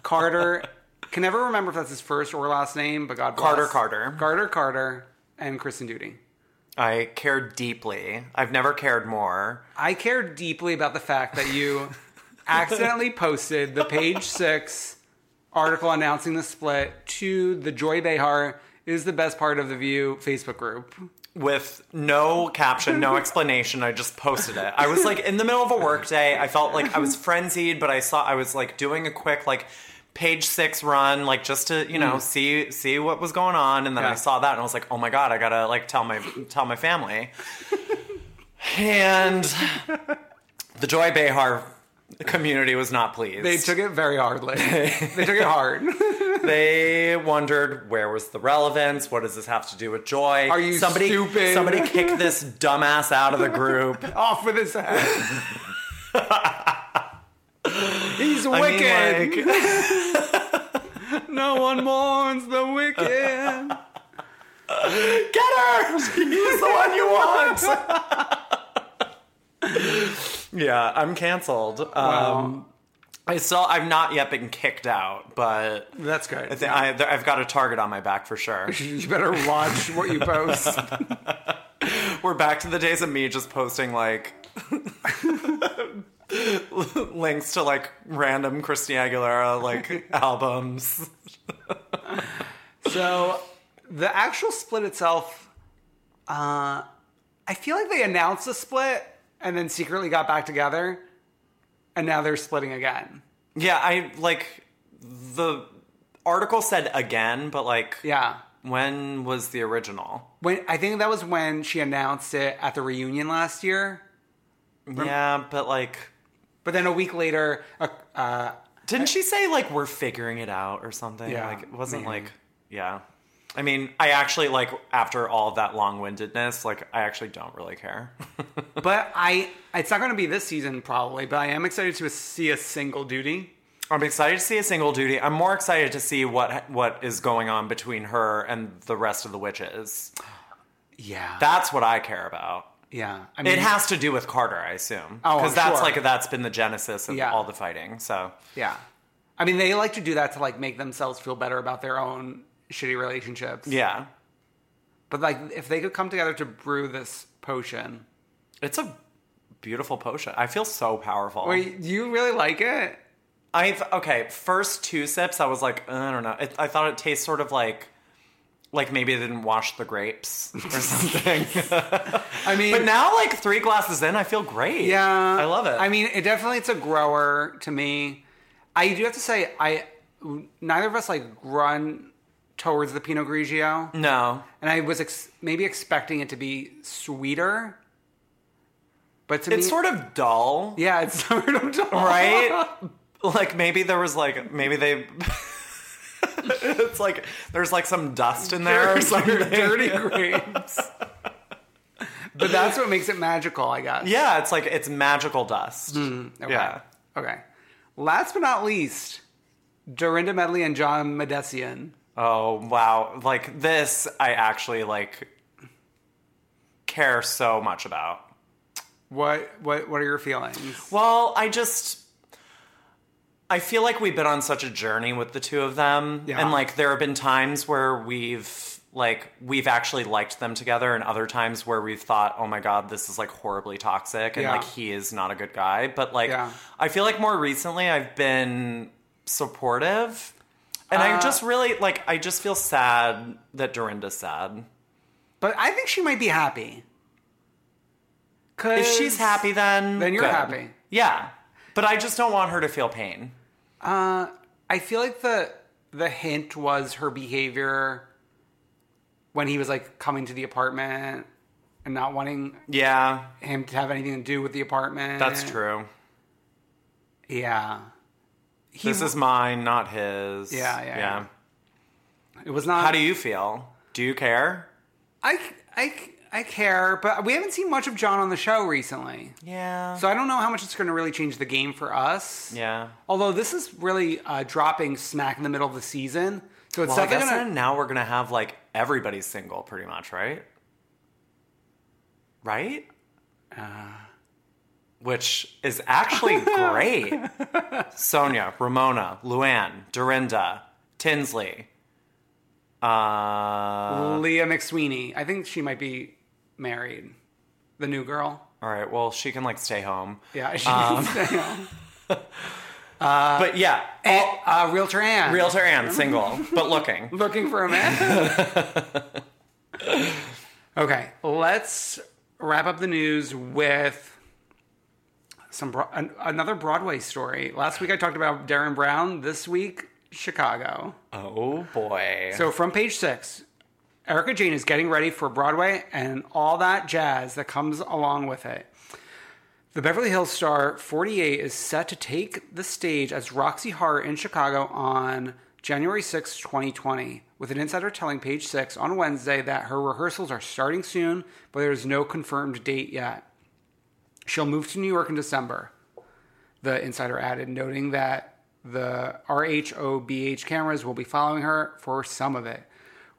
[SPEAKER 1] Carter. Can never remember if that's his first or last name, but God bless.
[SPEAKER 2] Carter Carter.
[SPEAKER 1] Carter Carter and Kristen Duty.
[SPEAKER 2] I care deeply. I've never cared more.
[SPEAKER 1] I care deeply about the fact that you accidentally posted the page six article announcing the split to the Joy Behar is the best part of the View Facebook group.
[SPEAKER 2] With no caption, no explanation, I just posted it. I was like in the middle of a workday. I felt like I was frenzied, but I saw I was like doing a quick like page six run, like just to you know see see what was going on, and then
[SPEAKER 1] Mm. Yeah.
[SPEAKER 2] I saw that and I was like, oh my god, I gotta like tell my tell my family. and the Joy Behar community was not pleased.
[SPEAKER 1] They took it very hardly. they took it hard.
[SPEAKER 2] They wondered where was the relevance? What does this have to do with joy?
[SPEAKER 1] Are you
[SPEAKER 2] somebody,
[SPEAKER 1] stupid?
[SPEAKER 2] Somebody kick this dumbass out of the group.
[SPEAKER 1] Off with his head. He's
[SPEAKER 2] I
[SPEAKER 1] wicked.
[SPEAKER 2] mean, like,
[SPEAKER 1] no one mourns the wicked.
[SPEAKER 2] get her. He's the one you want. yeah, I'm canceled. Um, I still, I've not yet been kicked out, but
[SPEAKER 1] That's good.
[SPEAKER 2] I think I, I've got a target on my back for sure.
[SPEAKER 1] you better watch what you post.
[SPEAKER 2] We're back to the days of me just posting like links to like random Christina Aguilera like albums.
[SPEAKER 1] So The actual split itself, uh, I feel like they announced the split and then secretly got back together, and now they're splitting again.
[SPEAKER 2] Yeah, I like the article said again, but like,
[SPEAKER 1] Yeah.
[SPEAKER 2] when was the original?
[SPEAKER 1] When I think that was when she announced it at the reunion last year,
[SPEAKER 2] yeah, but like,
[SPEAKER 1] but then a week later, a, uh,
[SPEAKER 2] didn't she say like we're figuring it out or something?
[SPEAKER 1] Yeah,
[SPEAKER 2] like, it wasn't
[SPEAKER 1] maybe.
[SPEAKER 2] like, yeah. I mean, I actually like after all that long windedness, like I actually don't really care.
[SPEAKER 1] but I it's not going to be this season probably, but I am excited to see a single duty.
[SPEAKER 2] I'm excited to see a single duty. I'm more excited to see what what is going on between her and the rest of the witches.
[SPEAKER 1] Yeah,
[SPEAKER 2] That's what I care about.
[SPEAKER 1] yeah. I mean,
[SPEAKER 2] It has to do with Carter, I assume,
[SPEAKER 1] Oh, I'm
[SPEAKER 2] because that's
[SPEAKER 1] sure.
[SPEAKER 2] like that's been the genesis of
[SPEAKER 1] Yeah.
[SPEAKER 2] all the fighting. So
[SPEAKER 1] Yeah. I mean, they like to do that to like make themselves feel better about their own shitty relationships.
[SPEAKER 2] yeah,
[SPEAKER 1] But like, if they could come together to brew this potion,
[SPEAKER 2] it's a beautiful potion. I feel so powerful.
[SPEAKER 1] wait, do you really like it?
[SPEAKER 2] I've okay. First two sips, I was like, "Uh, I don't know. It, I thought it tastes sort of like, like maybe they didn't wash the grapes or something.
[SPEAKER 1] I mean,
[SPEAKER 2] but now, like three glasses in, I feel great.
[SPEAKER 1] yeah,
[SPEAKER 2] I love it.
[SPEAKER 1] I mean, it definitely it's a grower to me. I do have to say, I neither of us like run towards the Pinot Grigio,
[SPEAKER 2] no,
[SPEAKER 1] and I was ex- maybe expecting it to be sweeter, but to
[SPEAKER 2] it's
[SPEAKER 1] me,
[SPEAKER 2] sort of dull,
[SPEAKER 1] yeah, it's sort of dull.
[SPEAKER 2] right? like maybe there was like maybe they. it's like there's like some dust in there or
[SPEAKER 1] There's like
[SPEAKER 2] something.
[SPEAKER 1] dirty grapes. but that's what makes it magical, I guess.
[SPEAKER 2] Yeah, it's like it's magical dust.
[SPEAKER 1] Hmm, Okay.
[SPEAKER 2] Yeah.
[SPEAKER 1] Okay. Last but not least, Dorinda Medley and John Medesian.
[SPEAKER 2] Oh wow! Like this, I actually like care so much about.
[SPEAKER 1] What what what are your feelings?
[SPEAKER 2] Well, I just I feel like we've been on such a journey with the two of them.
[SPEAKER 1] Yeah.
[SPEAKER 2] And like there have been times where we've like we've actually liked them together and other times where we've thought, "Oh my god, this is like horribly toxic and
[SPEAKER 1] Yeah.
[SPEAKER 2] like he is not a good guy." But like
[SPEAKER 1] Yeah.
[SPEAKER 2] I feel like more recently I've been supportive. And
[SPEAKER 1] Uh,
[SPEAKER 2] I just really like I just feel sad that Dorinda's sad.
[SPEAKER 1] But I think she might be happy. Cause
[SPEAKER 2] If she's happy then
[SPEAKER 1] Then you're
[SPEAKER 2] good.
[SPEAKER 1] happy.
[SPEAKER 2] Yeah. But I just don't want her to feel pain.
[SPEAKER 1] uh, I feel like the the hint was her behavior when he was like coming to the apartment and not wanting
[SPEAKER 2] Yeah.
[SPEAKER 1] him to have anything to do with the apartment.
[SPEAKER 2] That's true.
[SPEAKER 1] Yeah. He,
[SPEAKER 2] This is mine, not his.
[SPEAKER 1] Yeah, yeah, yeah. it was not
[SPEAKER 2] How do you feel? Do you care?
[SPEAKER 1] I, I, I care, but we haven't seen much of John on the show recently.
[SPEAKER 2] Yeah.
[SPEAKER 1] So I don't know how much it's going to really change the game for us.
[SPEAKER 2] yeah.
[SPEAKER 1] Although this is really uh, dropping smack in the middle of the season. So it's
[SPEAKER 2] Well, I guess
[SPEAKER 1] definitely going
[SPEAKER 2] then
[SPEAKER 1] to.
[SPEAKER 2] now we're gonna have like everybody's single, pretty much, right? Right.
[SPEAKER 1] Uh.
[SPEAKER 2] Which is actually great. Sonia, Ramona, Luann, Dorinda, Tinsley. Uh,
[SPEAKER 1] Leah McSweeney. I think she might be married. The new girl.
[SPEAKER 2] all right. Well, she can like stay home.
[SPEAKER 1] Yeah. She,
[SPEAKER 2] Um, but yeah,
[SPEAKER 1] and, uh, Realtor Anne.
[SPEAKER 2] realtor and single, but looking.
[SPEAKER 1] Looking for a man. okay. Let's wrap up the news with. Some bro- an- another Broadway story. Last week I talked about Darren Brown. This week, Chicago.
[SPEAKER 2] Oh boy.
[SPEAKER 1] So from page six, Erica Jane is getting ready for Broadway and all that jazz that comes along with it. The Beverly Hills star 48 is set to take the stage as Roxy Horror in Chicago on January 6, 2020, with an insider telling page six on Wednesday that her rehearsals are starting soon, but there is no confirmed date yet. She'll move to New York in December, the insider added, noting that the RHOBH cameras will be following her for some of it.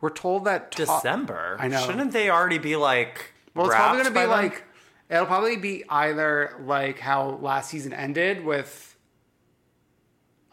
[SPEAKER 1] We're told that to-
[SPEAKER 2] December.
[SPEAKER 1] I know.
[SPEAKER 2] Shouldn't they already be like?
[SPEAKER 1] well, it's probably going
[SPEAKER 2] wrapped
[SPEAKER 1] to be
[SPEAKER 2] by then?
[SPEAKER 1] like it'll probably be either like how last season ended with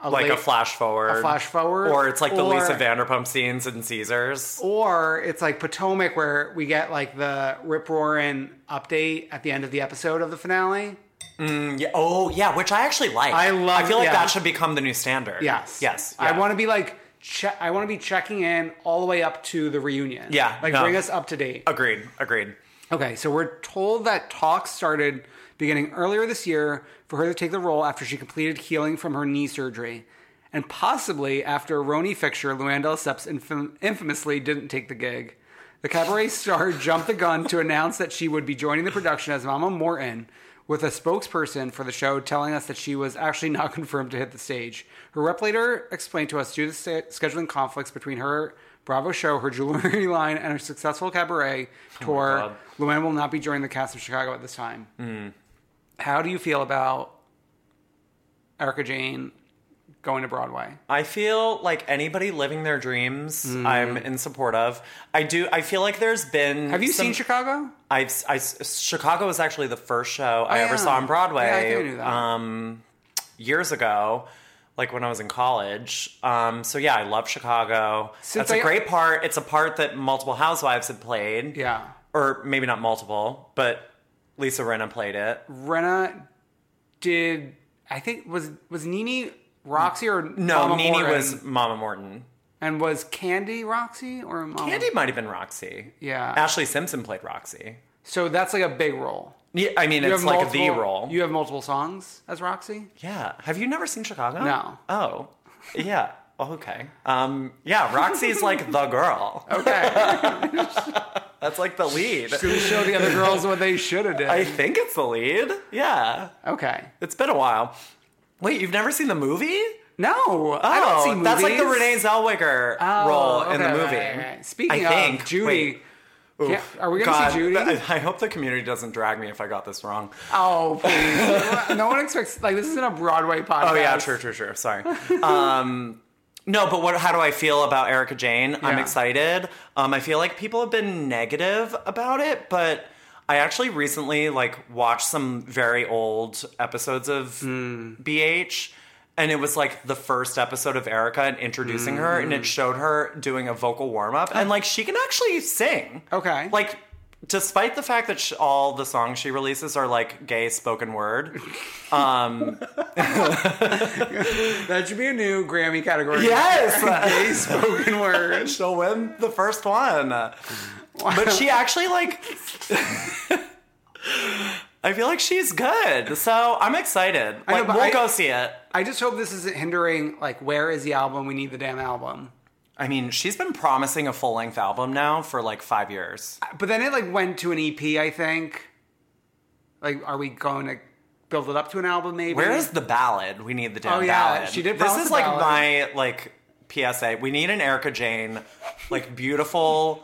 [SPEAKER 1] a
[SPEAKER 2] like a
[SPEAKER 1] late-
[SPEAKER 2] flash forward,
[SPEAKER 1] a flash forward,
[SPEAKER 2] or it's like the
[SPEAKER 1] or-
[SPEAKER 2] Lisa Vanderpump scenes in Caesars.
[SPEAKER 1] or it's like Potomac where we get like the rip roaring update at the end of the episode of the finale.
[SPEAKER 2] Yeah. Oh yeah, which I actually like.
[SPEAKER 1] I love-
[SPEAKER 2] I feel like
[SPEAKER 1] yeah.
[SPEAKER 2] that should become the new standard.
[SPEAKER 1] Yes,
[SPEAKER 2] Yes.
[SPEAKER 1] I want to be like che- I want to be checking in all the way up to the reunion.
[SPEAKER 2] Yeah,
[SPEAKER 1] like
[SPEAKER 2] no.
[SPEAKER 1] bring us up to date.
[SPEAKER 2] Agreed. Agreed.
[SPEAKER 1] Okay, so we're told that talks started beginning earlier this year for her to take the role after she completed healing from her knee surgery, and possibly after Roni Fixer Luandell Seps infam- infamously didn't take the gig. The cabaret star jumped the gun to announce that she would be joining the production as Mama Morton, with a spokesperson for the show telling us that she was actually not confirmed to hit the stage. Her rep later explained to us due to sta- scheduling conflicts between her Bravo show, her jewelry line, and her successful cabaret
[SPEAKER 2] Oh
[SPEAKER 1] tour, Luann will not be joining the cast of Chicago at this time.
[SPEAKER 2] Mm.
[SPEAKER 1] How do you feel about Erica Jane going to Broadway?
[SPEAKER 2] I feel like anybody living their dreams,
[SPEAKER 1] Mm.
[SPEAKER 2] I'm in support of. I do. I feel like there's been.
[SPEAKER 1] Have you
[SPEAKER 2] some-
[SPEAKER 1] seen Chicago?
[SPEAKER 2] I've I, Chicago was actually the first show I
[SPEAKER 1] Oh, yeah.
[SPEAKER 2] ever saw on Broadway.
[SPEAKER 1] Yeah, I think I knew that.
[SPEAKER 2] Um, years ago, like when I was in college. Um, so yeah, I love Chicago.
[SPEAKER 1] Since
[SPEAKER 2] That's a
[SPEAKER 1] I-
[SPEAKER 2] great part. It's a part that multiple housewives had played.
[SPEAKER 1] Yeah.
[SPEAKER 2] or maybe not multiple, but Lisa Rinna played it.
[SPEAKER 1] Rena did. I think was was Nini Roxy or
[SPEAKER 2] No,
[SPEAKER 1] Mama
[SPEAKER 2] Nene
[SPEAKER 1] Morton?
[SPEAKER 2] was Mama Morton.
[SPEAKER 1] and was Candy Roxy or Mama?
[SPEAKER 2] Andy might have been Roxy.
[SPEAKER 1] Um, Yeah.
[SPEAKER 2] Ashley Simpson played Roxy.
[SPEAKER 1] So that's like a big role.
[SPEAKER 2] Yeah, I mean, it's like the role.
[SPEAKER 1] You have multiple songs as Roxy.
[SPEAKER 2] yeah. Have you never seen Chicago?
[SPEAKER 1] No.
[SPEAKER 2] Oh. Yeah. Oh, okay. Um, yeah, Roxy's like the girl.
[SPEAKER 1] Oh. Okay,
[SPEAKER 2] That's like the lead.
[SPEAKER 1] to show the other girls what they should have did.
[SPEAKER 2] I think it's the lead. Yeah.
[SPEAKER 1] okay,
[SPEAKER 2] It's been a while. Wait, you've never seen the movie?
[SPEAKER 1] no,
[SPEAKER 2] Oh,
[SPEAKER 1] I don't see movies.
[SPEAKER 2] that's like the Renee Zellweger
[SPEAKER 1] Oh,
[SPEAKER 2] role in
[SPEAKER 1] okay,
[SPEAKER 2] the movie.
[SPEAKER 1] right, right, right. Speaking
[SPEAKER 2] I think.
[SPEAKER 1] of Judy,
[SPEAKER 2] Wait.
[SPEAKER 1] yeah, are we gonna
[SPEAKER 2] God, Uh,
[SPEAKER 1] see Judy?
[SPEAKER 2] th- I hope the community doesn't drag me if I got this wrong.
[SPEAKER 1] oh please, no one expects like this isn't a Broadway podcast.
[SPEAKER 2] Oh yeah, true, true, true. Sorry. um, no, but what? How do I feel about Erica Jane? I'm
[SPEAKER 1] Yeah.
[SPEAKER 2] excited. Um, I feel like people have been negative about it, but I actually recently like watched some very old episodes of
[SPEAKER 1] Hmm.
[SPEAKER 2] BH. And it was like the first episode of Erica and introducing her,
[SPEAKER 1] Hmm.
[SPEAKER 2] and it showed her doing a vocal warm up. And like, she can actually sing.
[SPEAKER 1] Okay.
[SPEAKER 2] Like, despite the fact that sh all the songs she releases are like gay spoken word,
[SPEAKER 1] That should be a new Grammy category.
[SPEAKER 2] Yes.
[SPEAKER 1] Gay spoken word.
[SPEAKER 2] She'll win the first one. But she actually like I feel like she's good. So I'm excited.
[SPEAKER 1] know,
[SPEAKER 2] Like
[SPEAKER 1] but
[SPEAKER 2] we'll
[SPEAKER 1] I-
[SPEAKER 2] go see it.
[SPEAKER 1] I just hope this isn't hindering. Like, where is the album? We need the damn album.
[SPEAKER 2] I mean, she's been promising a full length album now for like five years.
[SPEAKER 1] But then it like went to an EP, I think. Like, are we going to build it up to an album? Maybe.
[SPEAKER 2] Where is the ballad? We need the damn
[SPEAKER 1] Oh, yeah,
[SPEAKER 2] ballad.
[SPEAKER 1] she did
[SPEAKER 2] This
[SPEAKER 1] promise
[SPEAKER 2] is
[SPEAKER 1] a
[SPEAKER 2] like
[SPEAKER 1] ballad.
[SPEAKER 2] my like PSA. We need an Erica Jane, like beautiful,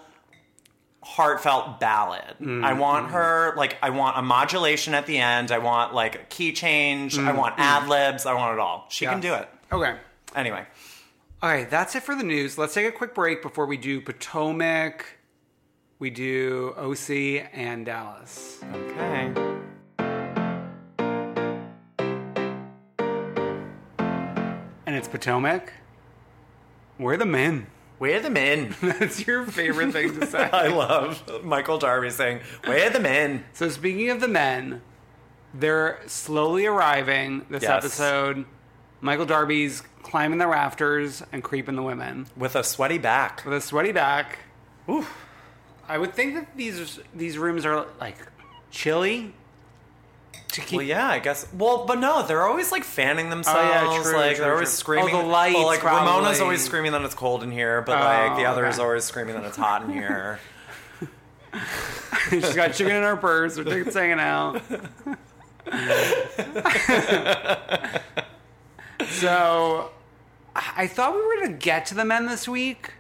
[SPEAKER 2] heartfelt ballad.
[SPEAKER 1] Mm.
[SPEAKER 2] I want her like I want a modulation at the end. I want like a key change. I want
[SPEAKER 1] Mm.
[SPEAKER 2] ad libs. I want it all. She can do it.
[SPEAKER 1] Okay.
[SPEAKER 2] Anyway,
[SPEAKER 1] All right, that's it for the news. Let's take a quick break before we do Potomac, we do OC, and Dallas.
[SPEAKER 2] okay.
[SPEAKER 1] And it's Potomac. We're the men.
[SPEAKER 2] We're the men.
[SPEAKER 1] That's your favorite thing to say.
[SPEAKER 2] I love Michael Darby saying, "We're the men."
[SPEAKER 1] So speaking of the men, they're slowly arriving this
[SPEAKER 2] Yes.
[SPEAKER 1] episode. Michael Darby's climbing the rafters and creeping the women
[SPEAKER 2] with a sweaty back.
[SPEAKER 1] with a sweaty back. I would think that these these rooms are like chilly. To keep Oh,
[SPEAKER 2] Well, yeah, I guess. Well, but no, they're always like fanning themselves.
[SPEAKER 1] true,
[SPEAKER 2] like
[SPEAKER 1] true,
[SPEAKER 2] they're
[SPEAKER 1] true.
[SPEAKER 2] always screaming.
[SPEAKER 1] Oh, the lights,
[SPEAKER 2] Well, like Ramona's
[SPEAKER 1] probably.
[SPEAKER 2] always screaming that it's cold in here, but like the
[SPEAKER 1] Oh,
[SPEAKER 2] other is
[SPEAKER 1] okay.
[SPEAKER 2] always screaming that it's hot in here.
[SPEAKER 1] She's got chicken in her purse. Her chicken's hanging out. so, I I thought we were gonna get to the men this week,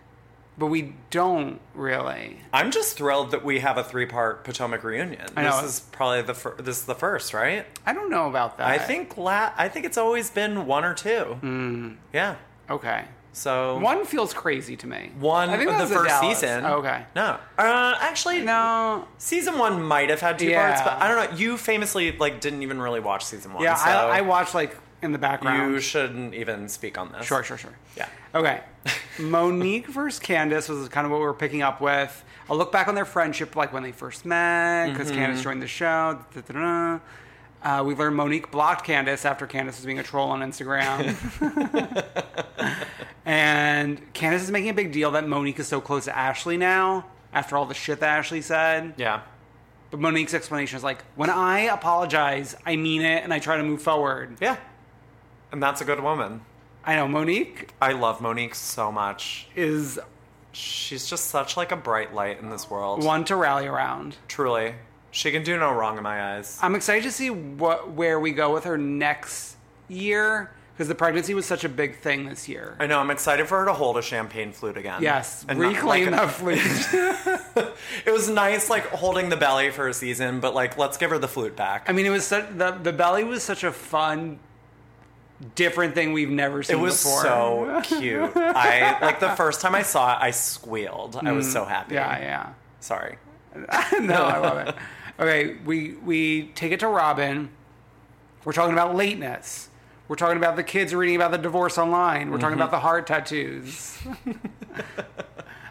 [SPEAKER 1] but we don't really.
[SPEAKER 2] I'm just thrilled that we have a three-part Potomac reunion.
[SPEAKER 1] I know.
[SPEAKER 2] This is probably the fir- this is the first, right?
[SPEAKER 1] I don't know about that.
[SPEAKER 2] I think la- I think it's always been one or two. Yeah.
[SPEAKER 1] okay.
[SPEAKER 2] So
[SPEAKER 1] Hmm. One feels crazy to me.
[SPEAKER 2] one
[SPEAKER 1] I think
[SPEAKER 2] of
[SPEAKER 1] that
[SPEAKER 2] the
[SPEAKER 1] was
[SPEAKER 2] first
[SPEAKER 1] Dallas.
[SPEAKER 2] season.
[SPEAKER 1] Oh, okay.
[SPEAKER 2] No. Uh, actually,
[SPEAKER 1] No.
[SPEAKER 2] Season one might have had two
[SPEAKER 1] Yeah.
[SPEAKER 2] parts, but I don't know. You famously like didn't even really watch season one.
[SPEAKER 1] Yeah,
[SPEAKER 2] so
[SPEAKER 1] I, I watched like in the background.
[SPEAKER 2] You shouldn't even speak on this.
[SPEAKER 1] Sure, Oh. sure, sure.
[SPEAKER 2] Yeah.
[SPEAKER 1] Okay. Monique versus Candace was kind of what we were picking up with. A look back on their friendship, like when they first met, because Candace joined the show. da, da, da, da. Uh, we learned Monique blocked Candace after Candace was being a troll on Instagram. And Candace is making a big deal that Monique is so close to Ashley now after all the shit that Ashley said.
[SPEAKER 2] Yeah.
[SPEAKER 1] But Monique's explanation is like, when I apologize, I mean it and I try to move forward.
[SPEAKER 2] Yeah. And that's a good woman.
[SPEAKER 1] I know Monique
[SPEAKER 2] I love Monique so much.
[SPEAKER 1] is
[SPEAKER 2] She's just such like a bright light in this world.
[SPEAKER 1] one to rally around.
[SPEAKER 2] Truly. She can do no wrong in my eyes.
[SPEAKER 1] I'm excited to see what where we go with her next year because the pregnancy was such a big thing this year.
[SPEAKER 2] I know, I'm excited for her to hold a champagne flute again.
[SPEAKER 1] yes,
[SPEAKER 2] And not,
[SPEAKER 1] reclaim
[SPEAKER 2] like,
[SPEAKER 1] that flute.
[SPEAKER 2] It was nice like holding the belly for a season, but like let's give her the flute back.
[SPEAKER 1] I mean, it was such, the the belly was such a fun, different thing we've never seen
[SPEAKER 2] It was
[SPEAKER 1] before.
[SPEAKER 2] so cute. I like the first time I saw it, I squealed. I was so happy.
[SPEAKER 1] Mm. yeah,
[SPEAKER 2] Sorry.
[SPEAKER 1] yeah. no, I love it. Okay, we we take it to Robin. We're talking about lateness. We're talking about the kids reading about the divorce online. We're talking
[SPEAKER 2] Mm-hmm.
[SPEAKER 1] about the heart tattoos.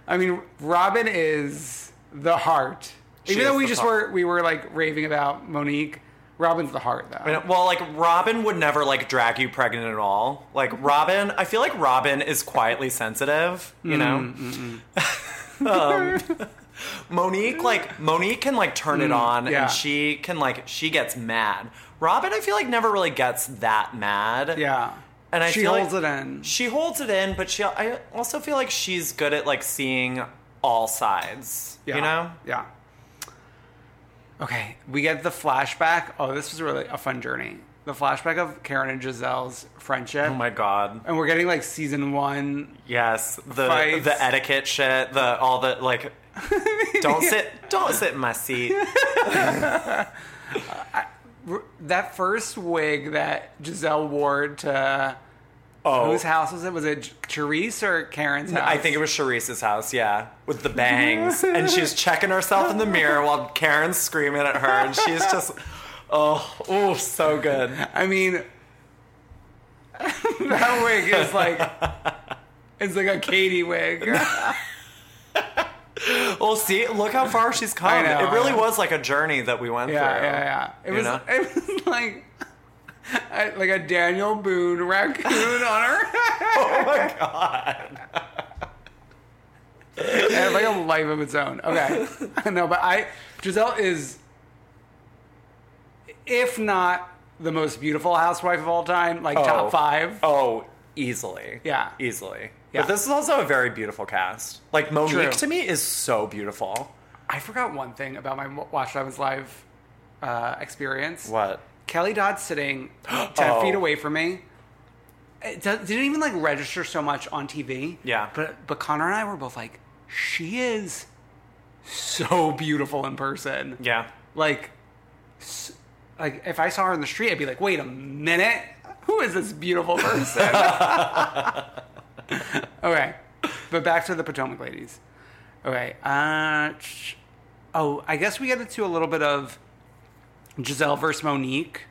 [SPEAKER 1] I mean, Robin is the heart. Even
[SPEAKER 2] She
[SPEAKER 1] though
[SPEAKER 2] is
[SPEAKER 1] we
[SPEAKER 2] the
[SPEAKER 1] just
[SPEAKER 2] heart.
[SPEAKER 1] were we were like raving about Monique, Robin's the heart though.
[SPEAKER 2] I know- Well, like Robin would never like drag you pregnant at all.
[SPEAKER 1] Mm-hmm.
[SPEAKER 2] Like Robin, I feel like Robin is quietly sensitive, you
[SPEAKER 1] Mm,
[SPEAKER 2] know. um, Monique, like Monique can like turn it on,
[SPEAKER 1] Mm, yeah.
[SPEAKER 2] and she can like she gets mad. Robin, I feel like never really gets that mad.
[SPEAKER 1] Yeah,
[SPEAKER 2] and I
[SPEAKER 1] she
[SPEAKER 2] feel
[SPEAKER 1] holds
[SPEAKER 2] like
[SPEAKER 1] it in.
[SPEAKER 2] She holds it in, but she I also feel like she's good at like seeing all sides.
[SPEAKER 1] Yeah.
[SPEAKER 2] You know?
[SPEAKER 1] Yeah. Okay, we get the flashback. Oh, this was really a fun journey. The flashback of Karen and Giselle's friendship.
[SPEAKER 2] Oh my god.
[SPEAKER 1] and we're getting like season one.
[SPEAKER 2] Yes, the
[SPEAKER 1] Fights.
[SPEAKER 2] the etiquette shit, the all the like don't sit don't sit in my seat.
[SPEAKER 1] That first wig that Giselle wore to
[SPEAKER 2] Oh.
[SPEAKER 1] whose house was it? Was it Therese or Karen's house?
[SPEAKER 2] I think it was Sharice's house, yeah, with the bangs. and she's checking herself in the mirror while Karen's screaming at her and she's just oh, oh, so good.
[SPEAKER 1] I mean, that wig is like it's like a Katie wig.
[SPEAKER 2] Well, see, look how far she's come.
[SPEAKER 1] I know,
[SPEAKER 2] it really
[SPEAKER 1] I know.
[SPEAKER 2] was like a journey that we went
[SPEAKER 1] Yeah,
[SPEAKER 2] through.
[SPEAKER 1] yeah, yeah. It
[SPEAKER 2] You
[SPEAKER 1] was,
[SPEAKER 2] know?
[SPEAKER 1] it was like, I- like a Daniel Boone raccoon on her. oh my god! it had like a life of its own. Okay, no, but I Giselle is, if not the most beautiful housewife of all time, like
[SPEAKER 2] Oh.
[SPEAKER 1] top five.
[SPEAKER 2] Oh, easily.
[SPEAKER 1] Yeah.
[SPEAKER 2] Easily.
[SPEAKER 1] Yeah.
[SPEAKER 2] But this is also a very beautiful cast. Like Monique
[SPEAKER 1] True.
[SPEAKER 2] to me is so beautiful.
[SPEAKER 1] I forgot one thing about my Watch Robin's live uh, experience.
[SPEAKER 2] What?
[SPEAKER 1] Kelly Dodd sitting ten
[SPEAKER 2] Oh.
[SPEAKER 1] feet away from me. It does, didn't even like register so much on TV.
[SPEAKER 2] Yeah.
[SPEAKER 1] But but Connor and I were both like, she is so beautiful in person.
[SPEAKER 2] Yeah.
[SPEAKER 1] Like, s- like if I saw her in the street, I'd be like, wait a minute, who is this beautiful person? okay, but back to the Potomac ladies. Okay. Uh, sh- oh, I guess we get into a little bit of Giselle versus Monique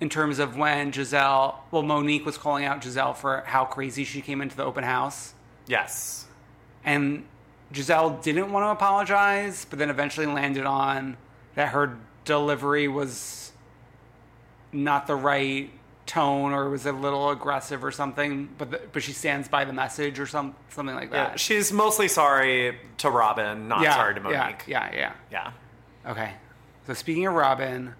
[SPEAKER 1] in terms of when Giselle, well, Monique was calling out Giselle for how crazy she came into the open house.
[SPEAKER 2] Yes.
[SPEAKER 1] And Giselle didn't want to apologize, but then eventually landed on that her delivery was not the right tone or was a little aggressive or something, but the, but she stands by the message or some, something like that.
[SPEAKER 2] Yeah, she's mostly sorry to Robin, not sorry to
[SPEAKER 1] yeah,
[SPEAKER 2] Monique.
[SPEAKER 1] Yeah, yeah,
[SPEAKER 2] Yeah.
[SPEAKER 1] Okay. So speaking of Robin,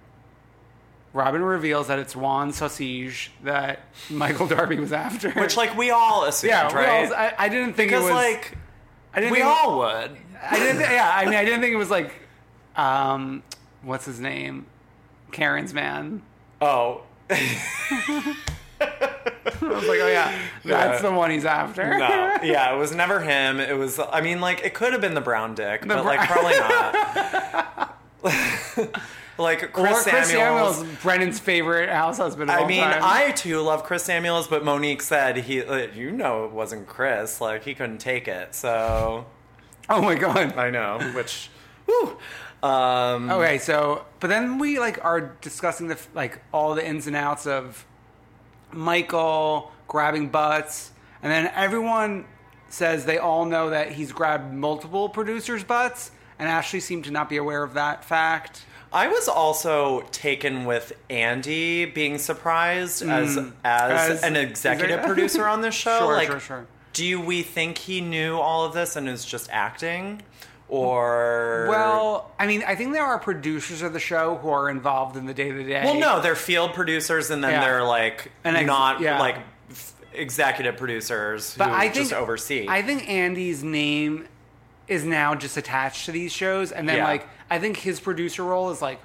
[SPEAKER 1] Robin reveals that it's Juan Sausage that Michael Darby was after.
[SPEAKER 2] Which, like, we all assumed,
[SPEAKER 1] yeah, we all-
[SPEAKER 2] right?
[SPEAKER 1] I, I didn't think it
[SPEAKER 2] because,
[SPEAKER 1] was
[SPEAKER 2] like,
[SPEAKER 1] I didn't
[SPEAKER 2] we
[SPEAKER 1] think-
[SPEAKER 2] all would.
[SPEAKER 1] I didn't. thi- yeah, I mean, I didn't think it was like, um, what's his name, Karen's man.
[SPEAKER 2] Oh,
[SPEAKER 1] I was like, oh yeah, that's the one he's after.
[SPEAKER 2] no. yeah, it was never him. It was, I mean, like, it could have been the brown dick, but,
[SPEAKER 1] br-
[SPEAKER 2] like, probably not. like,
[SPEAKER 1] Or
[SPEAKER 2] Chris,
[SPEAKER 1] Chris
[SPEAKER 2] Samuels.
[SPEAKER 1] Samuel's Brennan's favorite house husband. Of
[SPEAKER 2] I
[SPEAKER 1] all
[SPEAKER 2] mean,
[SPEAKER 1] time.
[SPEAKER 2] I too love Chris Samuels, but Monique said he, uh, you know, it wasn't Chris. Like he couldn't take it. So
[SPEAKER 1] Oh my god.
[SPEAKER 2] I know, which, whew. Um,
[SPEAKER 1] Okay, so but then we like are discussing the f- like all the ins and outs of Michael grabbing butts, and then everyone says they all know that he's grabbed multiple producers' butts, and Ashley seemed to not be aware of that fact.
[SPEAKER 2] I was also taken with Andy being surprised as, as
[SPEAKER 1] As-
[SPEAKER 2] an executive
[SPEAKER 1] exec-
[SPEAKER 2] producer on this show.
[SPEAKER 1] Sure,
[SPEAKER 2] like,
[SPEAKER 1] sure, sure.
[SPEAKER 2] Do we think he knew all of this and is just acting? Or.
[SPEAKER 1] Well, I mean, I think there are producers of the show who are involved in the day to day.
[SPEAKER 2] Well, no, they're field producers and then
[SPEAKER 1] Yeah.
[SPEAKER 2] they're like
[SPEAKER 1] And ex-
[SPEAKER 2] not
[SPEAKER 1] yeah.
[SPEAKER 2] like f- executive producers who
[SPEAKER 1] but I think
[SPEAKER 2] just oversee.
[SPEAKER 1] I think Andy's name is now just attached to these shows, and then
[SPEAKER 2] Yeah.
[SPEAKER 1] like I think his producer role is like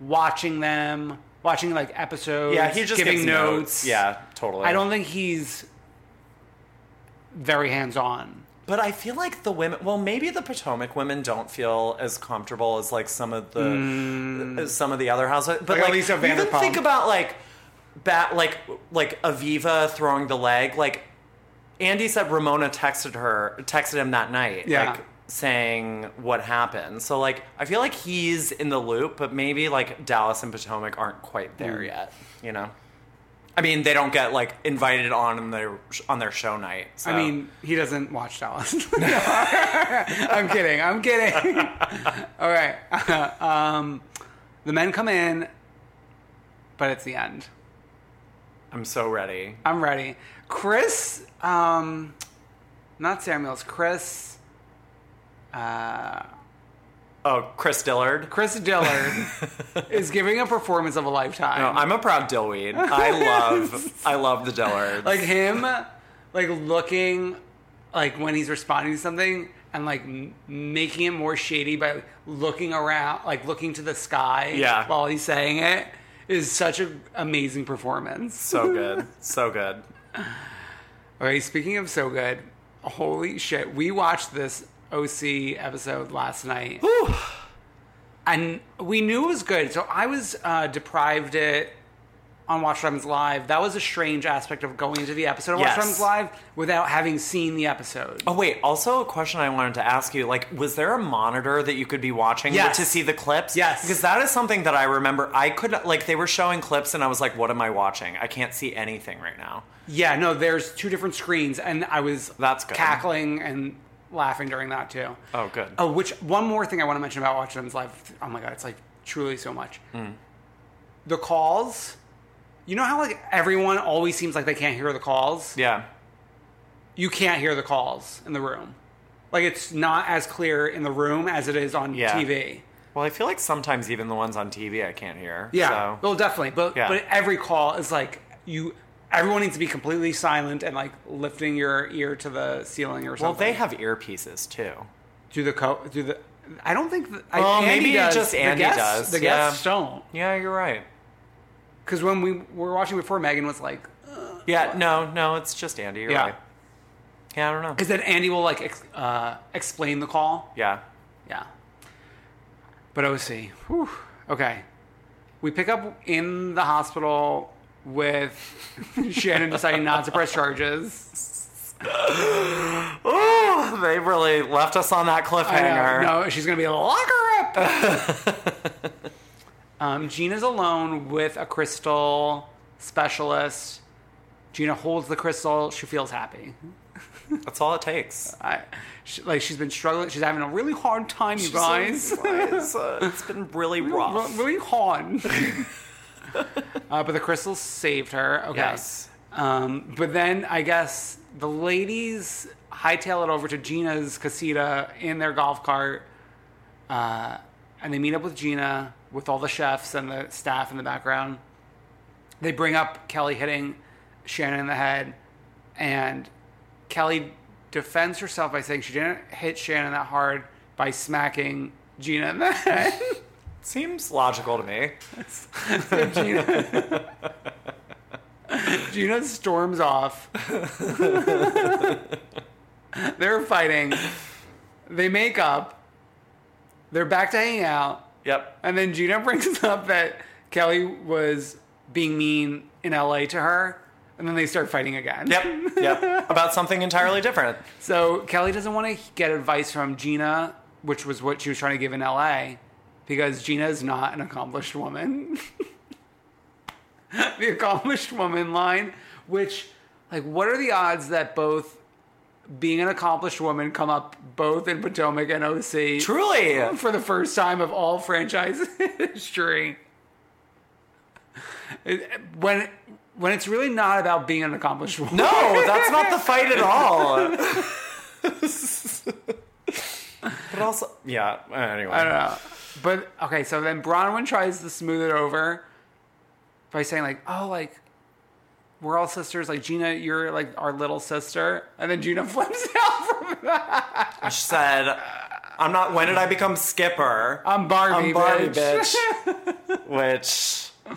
[SPEAKER 1] watching them, watching like episodes.
[SPEAKER 2] yeah, he just
[SPEAKER 1] giving
[SPEAKER 2] gives notes. Yeah, totally.
[SPEAKER 1] I don't think he's very hands on.
[SPEAKER 2] But I feel like the women, well, maybe the Potomac women don't feel as comfortable as like some of the as some of the other housewives. But
[SPEAKER 1] Mm. Like
[SPEAKER 2] like,
[SPEAKER 1] Elisa
[SPEAKER 2] even
[SPEAKER 1] Vanderpump.
[SPEAKER 2] think about like bat like like Aviva throwing the leg. Like Andy said, Ramona texted her texted him that night.
[SPEAKER 1] Yeah.
[SPEAKER 2] Like, saying what happened. So like I feel like he's in the loop, but maybe like Dallas and Potomac aren't quite there
[SPEAKER 1] Mm.
[SPEAKER 2] yet, you know. I mean, they don't get like invited on their on their show night. So.
[SPEAKER 1] I mean, he doesn't watch Dallas. No. I'm kidding. I'm kidding. All right. um, the men come in, but it's the end.
[SPEAKER 2] I'm so ready.
[SPEAKER 1] I'm ready. Chris, um, not Samuels. Chris,
[SPEAKER 2] Oh, Chris Dillard.
[SPEAKER 1] Chris Dillard is giving a performance of a lifetime.
[SPEAKER 2] No, I'm a proud Dillweed. I love, I love the Dillards.
[SPEAKER 1] like him, like looking, like when he's responding to something and like m- making it more shady by looking around, like looking to the sky.
[SPEAKER 2] Yeah.
[SPEAKER 1] while he's saying it is such an amazing performance.
[SPEAKER 2] so good, so good.
[SPEAKER 1] Okay, speaking of so good, holy shit, we watched this OC episode last night. And we knew it was good. So I was uh, deprived it on Watch Times Live. That was a strange aspect of going into the episode of
[SPEAKER 2] Yes.
[SPEAKER 1] Watch Times Live without having seen the episode.
[SPEAKER 2] Oh wait, also a question I wanted to ask you: like, was there a monitor that you could be watching
[SPEAKER 1] Yes.
[SPEAKER 2] to see the clips?
[SPEAKER 1] Yes.
[SPEAKER 2] because that is something that I remember. I could like they were showing clips, and I was like, "What am I watching? I can't see anything right now."
[SPEAKER 1] Yeah, no, there's two different screens, and I was
[SPEAKER 2] That's good.
[SPEAKER 1] cackling and laughing during that too.
[SPEAKER 2] Oh, good.
[SPEAKER 1] Oh, which one more thing I want to mention about Watch Them's Live? Oh my god, it's like truly so much.
[SPEAKER 2] Mm.
[SPEAKER 1] The calls. You know how like everyone always seems like they can't hear the calls.
[SPEAKER 2] Yeah,
[SPEAKER 1] You can't hear the calls in the room. Like it's not as clear in the room as it is on
[SPEAKER 2] Yeah.
[SPEAKER 1] TV.
[SPEAKER 2] well, I feel like sometimes even the ones on TV I can't hear.
[SPEAKER 1] Yeah. Oh,
[SPEAKER 2] so.
[SPEAKER 1] Well, definitely. But
[SPEAKER 2] Yeah.
[SPEAKER 1] but every call is like you. Everyone needs to be completely silent and like lifting your ear to the ceiling or
[SPEAKER 2] well,
[SPEAKER 1] something.
[SPEAKER 2] they have earpieces too.
[SPEAKER 1] do the co do the. I don't think. The, I,
[SPEAKER 2] Well,
[SPEAKER 1] Andy
[SPEAKER 2] maybe it
[SPEAKER 1] does.
[SPEAKER 2] just
[SPEAKER 1] The
[SPEAKER 2] Andy
[SPEAKER 1] guests-
[SPEAKER 2] does,
[SPEAKER 1] The
[SPEAKER 2] yeah.
[SPEAKER 1] guests don't.
[SPEAKER 2] Yeah, you're right.
[SPEAKER 1] Because when we were watching before, Megan was like,
[SPEAKER 2] Yeah, no, no, it's just Andy. You're
[SPEAKER 1] Yeah.
[SPEAKER 2] right. Yeah, I don't know.
[SPEAKER 1] "Is that Andy will like ex- uh, explain the call?"
[SPEAKER 2] Yeah.
[SPEAKER 1] Yeah. But OC, whew, okay. We pick up in the hospital with Shannon deciding not to press charges.
[SPEAKER 2] Oh, they really left us on
[SPEAKER 1] I
[SPEAKER 2] that
[SPEAKER 1] know,
[SPEAKER 2] cliffhanger.
[SPEAKER 1] uh, No, she's gonna be a locker up. um, Gina's alone with a crystal specialist. Gina holds the crystal. She feels happy.
[SPEAKER 2] That's all it takes.
[SPEAKER 1] I, she, like she's been struggling. She's having a really hard time, you guys.
[SPEAKER 2] it's, uh, it's been really rough.
[SPEAKER 1] really hard. uh, but the crystals saved her. Okay.
[SPEAKER 2] Yes.
[SPEAKER 1] Um, but then I guess the ladies hightail it over to Gina's casita in their golf cart, uh, and they meet up with Gina with all the chefs and the staff in the background. They bring up Kelly hitting Shannon in the head, and Kelly defends herself by saying she didn't hit Shannon that hard by smacking Gina in the head.
[SPEAKER 2] Seems logical to me.
[SPEAKER 1] Gina. Gina storms off. They're fighting. They make up. They're back to hanging out.
[SPEAKER 2] Yep.
[SPEAKER 1] And then Gina brings up that Kelly was being mean in LA to her. And then they start fighting again.
[SPEAKER 2] Yep. Yep. About something entirely different.
[SPEAKER 1] So Kelly doesn't want to get advice from Gina, which was what she was trying to give in LA, because Gina is not an accomplished woman. the accomplished woman line, which, like, what are the odds that both being an accomplished woman come up both in Potomac and OC
[SPEAKER 2] Truly.
[SPEAKER 1] for the first time of all franchise history? It- When when it's really not about being an accomplished woman.
[SPEAKER 2] No, that's not the fight at all. but also, yeah. Anyway,
[SPEAKER 1] I don't know. But okay, so then Bronwyn tries to smooth it over by saying like, "Oh, like we're all sisters. Like Gina, you're like our little sister," and then Gina flips out from that.
[SPEAKER 2] she said, "I'm not." When did I become skipper?
[SPEAKER 1] I'm Barbie.
[SPEAKER 2] I'm Barbie,
[SPEAKER 1] bitch.
[SPEAKER 2] bitch. Which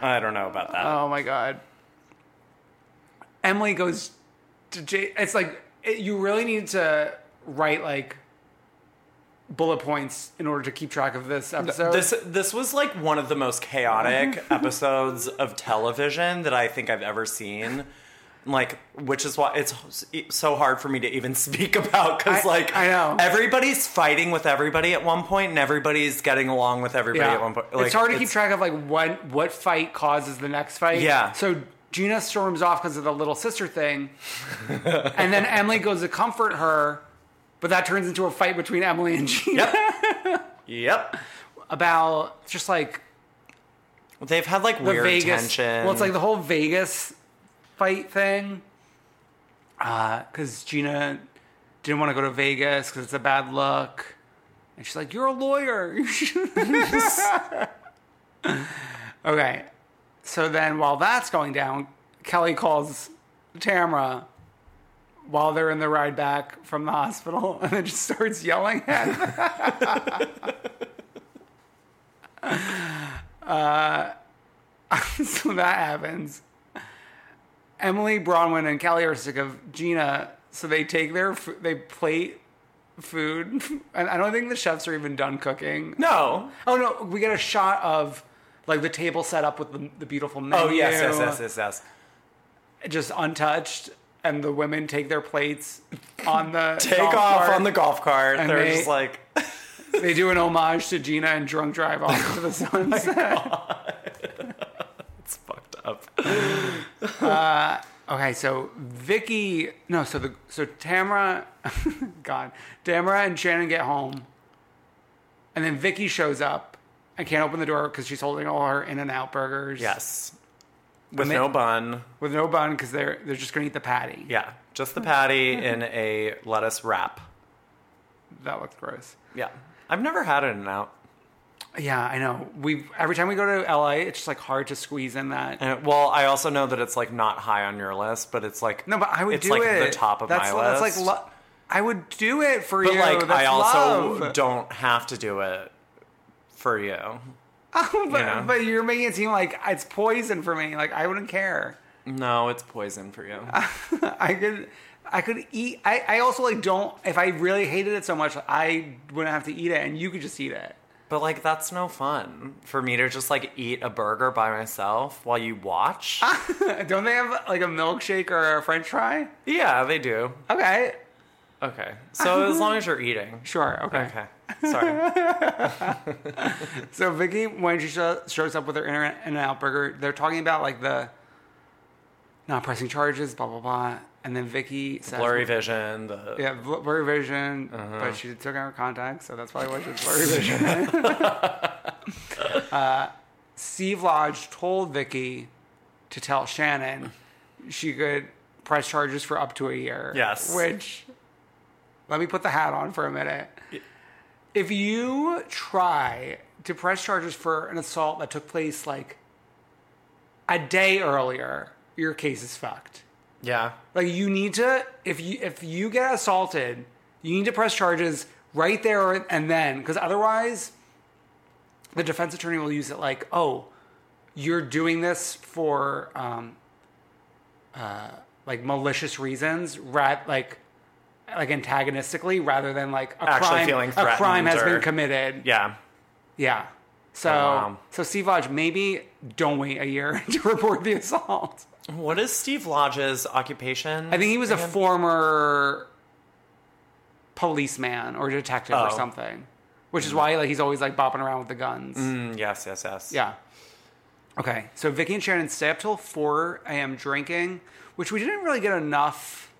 [SPEAKER 2] I don't know about that.
[SPEAKER 1] Oh my god. Emily goes to J. It's like it, you really need to write like bullet points in order to keep track of this episode.
[SPEAKER 2] This this was like one of the most chaotic episodes of television that I think I've ever seen. Like, which is why it's so hard for me to even speak about because,
[SPEAKER 1] I-
[SPEAKER 2] like,
[SPEAKER 1] I know.
[SPEAKER 2] everybody's fighting with everybody at one point, and everybody's getting along with everybody
[SPEAKER 1] Yeah.
[SPEAKER 2] at one point.
[SPEAKER 1] it's
[SPEAKER 2] Like,
[SPEAKER 1] hard to keep track of like what what fight causes the next fight.
[SPEAKER 2] Yeah.
[SPEAKER 1] So Gina storms off because of the little sister thing, and then Emily goes to comfort her, but that turns into a fight between Emily and Gina
[SPEAKER 2] Yep,
[SPEAKER 1] about just like
[SPEAKER 2] they've had like
[SPEAKER 1] the
[SPEAKER 2] weird
[SPEAKER 1] Vegas.
[SPEAKER 2] tension.
[SPEAKER 1] Well, it's like the whole Vegas fight thing. Because Gina didn't want to go to Vegas because it's a bad look, and she's like, "You're a lawyer." okay, so then while that's going down, Kelly calls Tamra while they're in the ride back from the hospital, and then just starts yelling at them. so that happens. Emily, Bronwyn, and Callie are sick of Gina, so they take their f- they plate food, and I don't think the chefs are even done cooking.
[SPEAKER 2] no,
[SPEAKER 1] Oh no, we get a shot of like the table set up with the, the beautiful menu.
[SPEAKER 2] oh yes, yes, yes, yes, yes.
[SPEAKER 1] just untouched, and the women take their plates on the
[SPEAKER 2] Take
[SPEAKER 1] golf
[SPEAKER 2] off
[SPEAKER 1] cart.
[SPEAKER 2] on the golf cart.
[SPEAKER 1] And
[SPEAKER 2] They're
[SPEAKER 1] they-
[SPEAKER 2] just like,
[SPEAKER 1] They do an homage to Gina and drunk drive off to the
[SPEAKER 2] Oh
[SPEAKER 1] sunset.
[SPEAKER 2] it's fucked up.
[SPEAKER 1] Okay, so Vicky, no, so the so Tamara, God, Tamara and Shannon get home, and then Vicky shows up. I can't open the door because she's holding all her In and Out burgers.
[SPEAKER 2] Yes, with
[SPEAKER 1] they-
[SPEAKER 2] no bun.
[SPEAKER 1] with no bun because they're they're just gonna eat the patty.
[SPEAKER 2] Yeah, just the patty in a lettuce wrap.
[SPEAKER 1] That looks gross.
[SPEAKER 2] Yeah, I've never had it in and out.
[SPEAKER 1] Yeah, I know. We every time we go to LA, it's just like hard to squeeze in that.
[SPEAKER 2] And, uh, well, I also know that it's like not high on your list, but it's like
[SPEAKER 1] No, but I would
[SPEAKER 2] it's
[SPEAKER 1] do
[SPEAKER 2] like
[SPEAKER 1] it.
[SPEAKER 2] the top of
[SPEAKER 1] that's,
[SPEAKER 2] my
[SPEAKER 1] that's
[SPEAKER 2] list.
[SPEAKER 1] like lo- I would do it for
[SPEAKER 2] but
[SPEAKER 1] you.
[SPEAKER 2] like
[SPEAKER 1] That's
[SPEAKER 2] I also
[SPEAKER 1] love.
[SPEAKER 2] don't have to do it for you.
[SPEAKER 1] but,
[SPEAKER 2] know?
[SPEAKER 1] but you're making it seem like it's poison for me. Like I wouldn't care.
[SPEAKER 2] No, it's poison for you.
[SPEAKER 1] I could I could eat I, I also like don't if I really hated it so much I wouldn't have to eat it and you could just eat it.
[SPEAKER 2] but like that's no fun for me to just like eat a burger by myself while you watch.
[SPEAKER 1] Ah. Don't they have like a milkshake or a french fry?
[SPEAKER 2] yeah, they do.
[SPEAKER 1] Okay.
[SPEAKER 2] Okay, so as long as you're eating.
[SPEAKER 1] Sure, okay.
[SPEAKER 2] Okay, sorry.
[SPEAKER 1] So Vicky when she sho- shows up with her in and out burger, they're talking about like the not pressing charges, blah blah blah. And then Vicky says
[SPEAKER 2] Blurry vision. The
[SPEAKER 1] Yeah, bl- blurry vision, but she took out her contacts, so that's probably why she's blurry vision. uh, Steve Lodge told Vicky to tell Shannon she could press charges for up to a year.
[SPEAKER 2] Yes.
[SPEAKER 1] Which, let me put the hat on for a minute. If you try to press charges for an assault that took place like a day earlier, your case is fucked.
[SPEAKER 2] yeah.
[SPEAKER 1] Like you need to if you if you get assaulted, you need to press charges right there and then because otherwise the defense attorney will use it like, "Oh, you're doing this for um uh like malicious reasons, rat like like antagonistically rather than like a
[SPEAKER 2] Actually
[SPEAKER 1] crime
[SPEAKER 2] feeling
[SPEAKER 1] a crime
[SPEAKER 2] threatened
[SPEAKER 1] has
[SPEAKER 2] or-
[SPEAKER 1] been committed."
[SPEAKER 2] Yeah. Oh,
[SPEAKER 1] Yeah. So
[SPEAKER 2] wow.
[SPEAKER 1] so Steve Lodge, maybe don't wait a year to report the assault.
[SPEAKER 2] What is Steve Lodge's occupation?
[SPEAKER 1] I think he was a former policeman or detective or
[SPEAKER 2] Oh.
[SPEAKER 1] something, which is why like he's always like bopping around with the guns.
[SPEAKER 2] Mm, yes, yes, yes.
[SPEAKER 1] Yeah. Okay, so Vicky and Shannon stay up till four a.m. drinking, which we didn't really get enough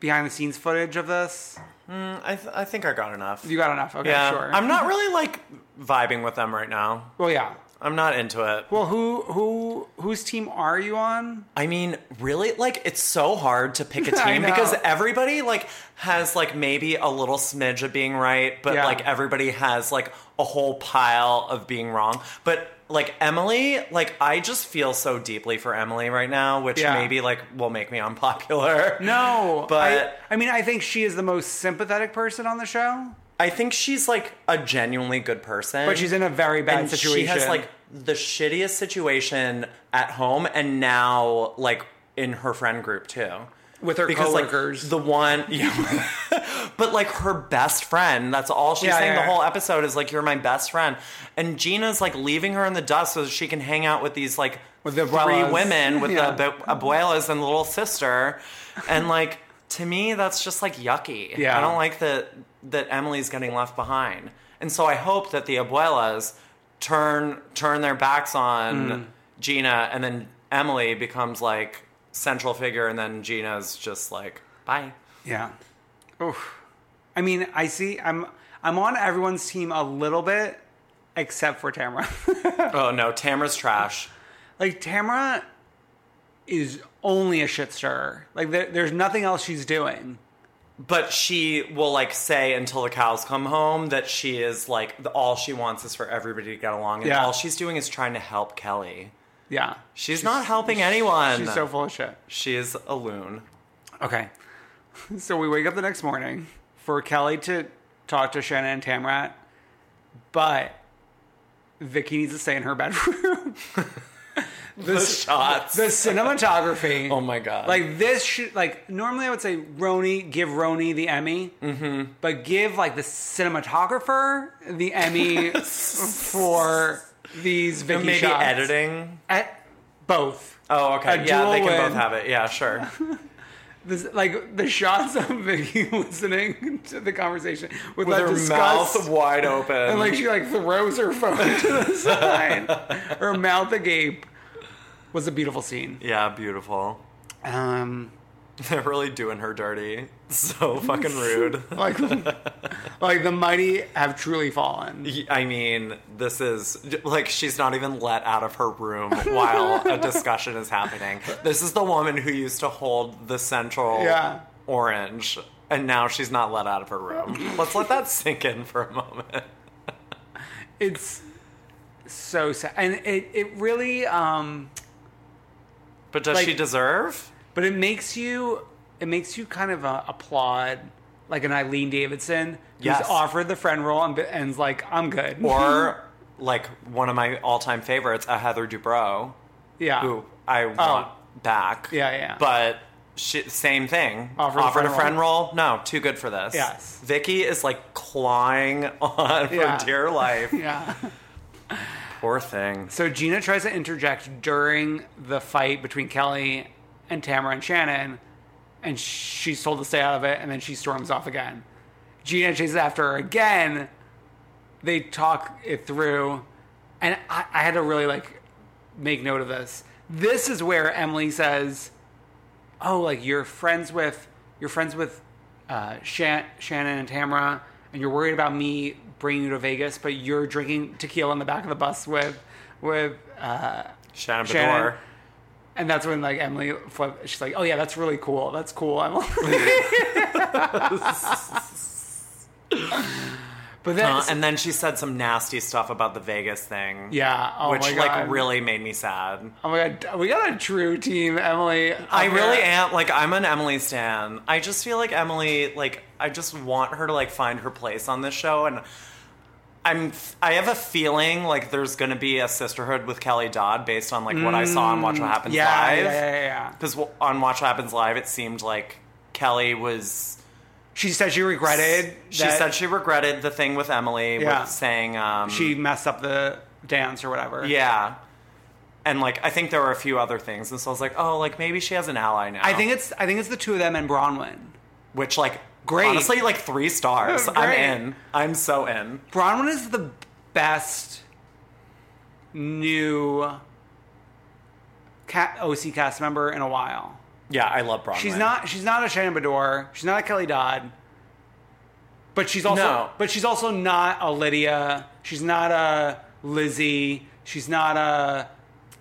[SPEAKER 1] behind the scenes footage of this.
[SPEAKER 2] I, th- I think I got enough.
[SPEAKER 1] You got enough? Okay,
[SPEAKER 2] yeah.
[SPEAKER 1] sure.
[SPEAKER 2] I'm not really like vibing with them right now.
[SPEAKER 1] Well, yeah.
[SPEAKER 2] I'm not into it.
[SPEAKER 1] Well, who who whose team are you on?
[SPEAKER 2] I mean, really, like it's so hard to pick a
[SPEAKER 1] I
[SPEAKER 2] team
[SPEAKER 1] know.
[SPEAKER 2] because everybody like has like maybe a little smidge of being right, but
[SPEAKER 1] Yeah.
[SPEAKER 2] like everybody has like a whole pile of being wrong. But like Emily, like I just feel so deeply for Emily right now, which
[SPEAKER 1] Yeah.
[SPEAKER 2] maybe like will make me unpopular.
[SPEAKER 1] No,
[SPEAKER 2] but
[SPEAKER 1] I, I mean, I think she is the most sympathetic person on the show.
[SPEAKER 2] I think she's like a genuinely good person,
[SPEAKER 1] But she's in a very bad
[SPEAKER 2] and She
[SPEAKER 1] situation.
[SPEAKER 2] has like the shittiest situation at home, and now like in her friend group too,
[SPEAKER 1] With her
[SPEAKER 2] like,
[SPEAKER 1] coworkers.
[SPEAKER 2] the one, yeah, but like her best friend. That's all she's
[SPEAKER 1] Yeah,
[SPEAKER 2] saying.
[SPEAKER 1] yeah,
[SPEAKER 2] the
[SPEAKER 1] yeah.
[SPEAKER 2] whole episode is like, "You're my best friend," and Gina's like leaving her in the dust so that she can hang out with these like
[SPEAKER 1] With the
[SPEAKER 2] three
[SPEAKER 1] abuelas.
[SPEAKER 2] women with
[SPEAKER 1] Yeah.
[SPEAKER 2] the abu- abuelas and little sister, and like. To me, that's just like yucky.
[SPEAKER 1] Yeah.
[SPEAKER 2] I don't like that that Emily's getting left behind. And so I hope that the abuelas turn turn their backs on Gina and then Emily becomes like central figure and then Gina's just like bye.
[SPEAKER 1] Yeah. Oof. I mean, I see. I'm I'm on everyone's team a little bit, except for Tamara.
[SPEAKER 2] Oh no, Tamra's trash.
[SPEAKER 1] like Tamara is only a shit stirrer. Like there, there's nothing else she's doing.
[SPEAKER 2] But she will like say until the cows come home that she is like the, all she wants is for everybody to get along and
[SPEAKER 1] Yeah.
[SPEAKER 2] all she's doing is trying to help Kelly.
[SPEAKER 1] Yeah.
[SPEAKER 2] She's, not helping anyone.
[SPEAKER 1] She's so full of shit.
[SPEAKER 2] she is a loon.
[SPEAKER 1] Okay. So we wake up the next morning for Kelly to talk to Shannon and Tamrat, but Vicky needs to stay in her bedroom.
[SPEAKER 2] The, shots.
[SPEAKER 1] the cinematography.
[SPEAKER 2] oh my god.
[SPEAKER 1] Like this, should, like normally I would say Roni, give Roni the Emmy, mm-hmm. but give like the cinematographer the Emmy for these Vicky
[SPEAKER 2] maybe
[SPEAKER 1] shots.
[SPEAKER 2] editing.
[SPEAKER 1] At both.
[SPEAKER 2] Oh, okay.
[SPEAKER 1] A
[SPEAKER 2] yeah, they
[SPEAKER 1] dual
[SPEAKER 2] can
[SPEAKER 1] win.
[SPEAKER 2] both have it. Yeah, sure.
[SPEAKER 1] This, like the shots of Vicky listening to the conversation with,
[SPEAKER 2] With
[SPEAKER 1] that
[SPEAKER 2] her
[SPEAKER 1] disgust,
[SPEAKER 2] mouth wide open.
[SPEAKER 1] and like she like throws her phone to the side, her mouth agape. Was a beautiful scene.
[SPEAKER 2] yeah, beautiful.
[SPEAKER 1] Um,
[SPEAKER 2] They're really doing her dirty. So fucking rude.
[SPEAKER 1] like, like the mighty have truly fallen.
[SPEAKER 2] I mean, this is like she's not even let out of her room while a discussion is happening. This is the woman who used to hold the central
[SPEAKER 1] Yeah.
[SPEAKER 2] orange, and now she's not let out of her room. Let's let that sink in for a moment.
[SPEAKER 1] It's so sad, and it it really um,
[SPEAKER 2] But does
[SPEAKER 1] Like-
[SPEAKER 2] she deserve?
[SPEAKER 1] but it makes you it makes you kind of uh, applaud like an Eileen Davidson who's
[SPEAKER 2] Yes.
[SPEAKER 1] offered the friend role and and's like I'm good
[SPEAKER 2] Or like one of my all-time favorites, a Heather Dubrow.
[SPEAKER 1] yeah
[SPEAKER 2] who I want back.
[SPEAKER 1] Oh. Yeah, yeah.
[SPEAKER 2] But she, same thing.
[SPEAKER 1] Offered a
[SPEAKER 2] Offered a
[SPEAKER 1] friend
[SPEAKER 2] friend roll. No, too good for this.
[SPEAKER 1] Yes.
[SPEAKER 2] Vicky is like clawing on
[SPEAKER 1] Yeah.
[SPEAKER 2] for dear life.
[SPEAKER 1] yeah.
[SPEAKER 2] Poor thing.
[SPEAKER 1] So Gina tries to interject during the fight between Kelly and Tamara and Shannon, and she's told to stay out of it, and then she storms off again. Gina chases after her again. They talk it through, and I, I had to really like make note of this. This is where Emily says, "Oh, like you're friends with you're friends with uh, Shan- Shannon and Tamara, and you're worried about me bringing you to Vegas, but you're drinking tequila on the back of the bus with with uh,
[SPEAKER 2] Shannon
[SPEAKER 1] Shannon."
[SPEAKER 2] Bedore.
[SPEAKER 1] And that's when like Emily, flip, she's like, "Oh yeah, that's really cool. That's cool, Emily." but then,
[SPEAKER 2] Uh, and then she said some nasty stuff about the Vegas thing.
[SPEAKER 1] yeah, oh
[SPEAKER 2] which
[SPEAKER 1] my God.
[SPEAKER 2] like really made me sad.
[SPEAKER 1] oh my god, we got a true team, Emily. Oh,
[SPEAKER 2] I
[SPEAKER 1] up
[SPEAKER 2] really
[SPEAKER 1] here.
[SPEAKER 2] am like I'm an Emily stan. I just feel like Emily like I just want her to like find her place on this show and I'm I have a feeling like there's going to be a sisterhood with Kelly Dodd based on like what I saw on Watch What Happens
[SPEAKER 1] Mm, Yeah, yeah,
[SPEAKER 2] Live.
[SPEAKER 1] yeah, yeah.
[SPEAKER 2] Cuz on Watch What Happens Live it seemed like Kelly was
[SPEAKER 1] She said she regretted.
[SPEAKER 2] she
[SPEAKER 1] that
[SPEAKER 2] said she regretted the thing with Emily
[SPEAKER 1] Yeah.
[SPEAKER 2] with saying um
[SPEAKER 1] she messed up the dance or whatever.
[SPEAKER 2] yeah. And like I think there were a few other things and so I was like, "Oh, like maybe she has an ally now."
[SPEAKER 1] I think it's I think it's the two of them and Bronwyn.
[SPEAKER 2] which like
[SPEAKER 1] Great.
[SPEAKER 2] honestly like three stars
[SPEAKER 1] Oh,
[SPEAKER 2] i'm
[SPEAKER 1] great.
[SPEAKER 2] in i'm so in
[SPEAKER 1] Bronwyn is the best new cat OC cast member in a while.
[SPEAKER 2] yeah i love Bronwyn.
[SPEAKER 1] She's not she's not a Shannon Bador. She's not a Kelly Dodd. But she's also
[SPEAKER 2] No.
[SPEAKER 1] but she's also not a Lydia. She's not a Lizzie. She's not a.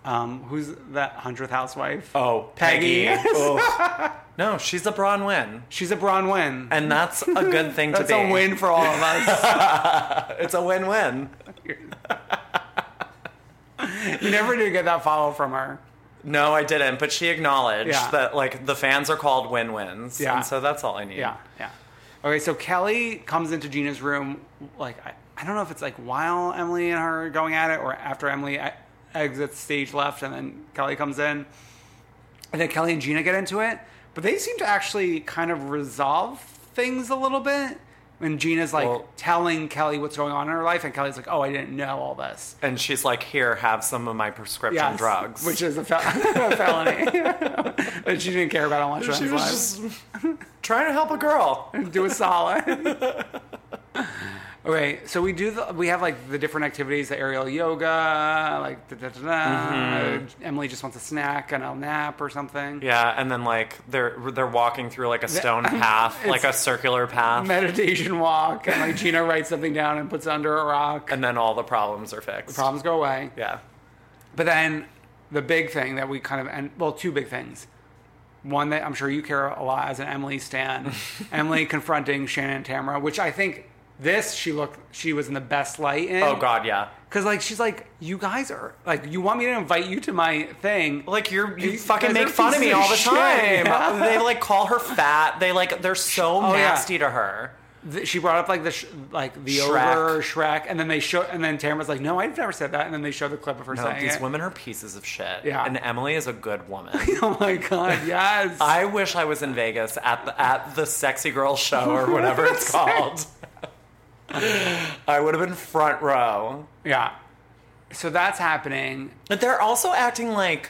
[SPEAKER 1] Um, who's that hundredth housewife?
[SPEAKER 2] Oh,
[SPEAKER 1] Peggy.
[SPEAKER 2] Ugh. no, she's a Bronwyn.
[SPEAKER 1] She's a Bronwyn.
[SPEAKER 2] And that's a good thing to
[SPEAKER 1] That's
[SPEAKER 2] be.
[SPEAKER 1] a win for all of us.
[SPEAKER 2] It's a win-win.
[SPEAKER 1] you never do get that follow from her.
[SPEAKER 2] No, I didn't, but she acknowledged
[SPEAKER 1] Yeah.
[SPEAKER 2] that like the fans are called win-wins.
[SPEAKER 1] Yeah.
[SPEAKER 2] And so that's all I need.
[SPEAKER 1] Yeah, yeah. Okay, so Kelly comes into Gina's room, like, I, I don't know if it's like while Emily and her are going at it or after Emily e- exits stage left and then Kelly comes in. And then Kelly and Gina get into it, but they seem to actually kind of resolve things a little bit. When Gina's like
[SPEAKER 2] Well-
[SPEAKER 1] telling Kelly what's going on in her life, and Kelly's like, oh, I didn't know all this.
[SPEAKER 2] And she's like, "Here, have some of my prescription
[SPEAKER 1] Yes,
[SPEAKER 2] drugs."
[SPEAKER 1] Which is a, fel- a felony. that she didn't care about on Lunch
[SPEAKER 2] she
[SPEAKER 1] Run's
[SPEAKER 2] was
[SPEAKER 1] Live.
[SPEAKER 2] just trying to help a girl.
[SPEAKER 1] do a solid. okay, so we do the, we have like the different activities, the aerial yoga, like da da da da. Emily just wants a snack and a nap or something.
[SPEAKER 2] Mm-hmm. Yeah, and then like they're they're walking through like a stone path, like a circular path,
[SPEAKER 1] Meditation walk, and like Gina writes something down and puts it under a rock.
[SPEAKER 2] and then all the problems are fixed.
[SPEAKER 1] Problems go away.
[SPEAKER 2] Yeah.
[SPEAKER 1] But then the big thing that we kind of end well, two big things. One that I'm sure you care a lot as an Emily Stan, Emily confronting Shannon Tamara, which I think this she looked she was in the best light in.
[SPEAKER 2] Oh God, yeah.
[SPEAKER 1] Cause like she's like, you guys are like, you want me to invite you to my thing?
[SPEAKER 2] Like you're you
[SPEAKER 1] You
[SPEAKER 2] fucking
[SPEAKER 1] guys
[SPEAKER 2] make
[SPEAKER 1] are
[SPEAKER 2] fun of me
[SPEAKER 1] pieces of
[SPEAKER 2] all the
[SPEAKER 1] shit.
[SPEAKER 2] time.
[SPEAKER 1] Yeah. Oh,
[SPEAKER 2] They like call her fat. They like they're so
[SPEAKER 1] yeah.
[SPEAKER 2] nasty to her.
[SPEAKER 1] Th- she brought up like the sh- like the
[SPEAKER 2] Shrek.
[SPEAKER 1] over Shrek, and then they show, and then Tamara's like, no, I've never said that, and then they show the clip of her
[SPEAKER 2] No,
[SPEAKER 1] saying
[SPEAKER 2] these
[SPEAKER 1] it.
[SPEAKER 2] women are pieces of shit.
[SPEAKER 1] Yeah.
[SPEAKER 2] And Emily is a good woman.
[SPEAKER 1] Oh my god, yes.
[SPEAKER 2] I wish I was in Vegas at the at the sexy girl show or whatever it's called. I would have been front row.
[SPEAKER 1] yeah. So that's happening.
[SPEAKER 2] But they're also acting like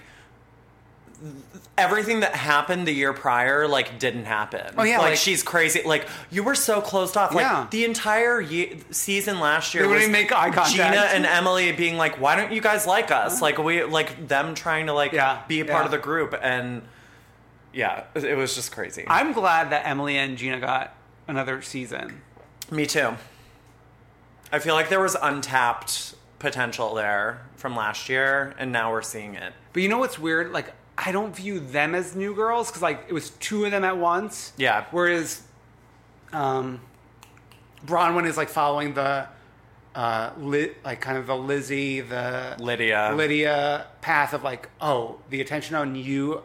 [SPEAKER 2] everything that happened the year prior like didn't happen. Oh
[SPEAKER 1] yeah,
[SPEAKER 2] like,
[SPEAKER 1] like-
[SPEAKER 2] she's crazy. Like you were so closed off. Like
[SPEAKER 1] Yeah.
[SPEAKER 2] the entire ye- season last year,
[SPEAKER 1] They wouldn't
[SPEAKER 2] was
[SPEAKER 1] even make eye contact. Uh-huh.
[SPEAKER 2] Gina and Emily being like, "Why don't you guys like us?" Like we like them trying to like
[SPEAKER 1] Yeah,
[SPEAKER 2] be a part
[SPEAKER 1] yeah.
[SPEAKER 2] of the group and yeah, it it was just crazy.
[SPEAKER 1] I'm glad that Emily and Gina got another season.
[SPEAKER 2] Me too. I feel like there was untapped potential there from last year, and now we're seeing it.
[SPEAKER 1] But you know what's weird? Like, I don't view them as new girls because like it was two of them at once.
[SPEAKER 2] Yeah.
[SPEAKER 1] Whereas, um, Bronwyn is like following the, uh, li- like kind of the Lizzie, the
[SPEAKER 2] Lydia.
[SPEAKER 1] Lydia path of like, oh, the attention on you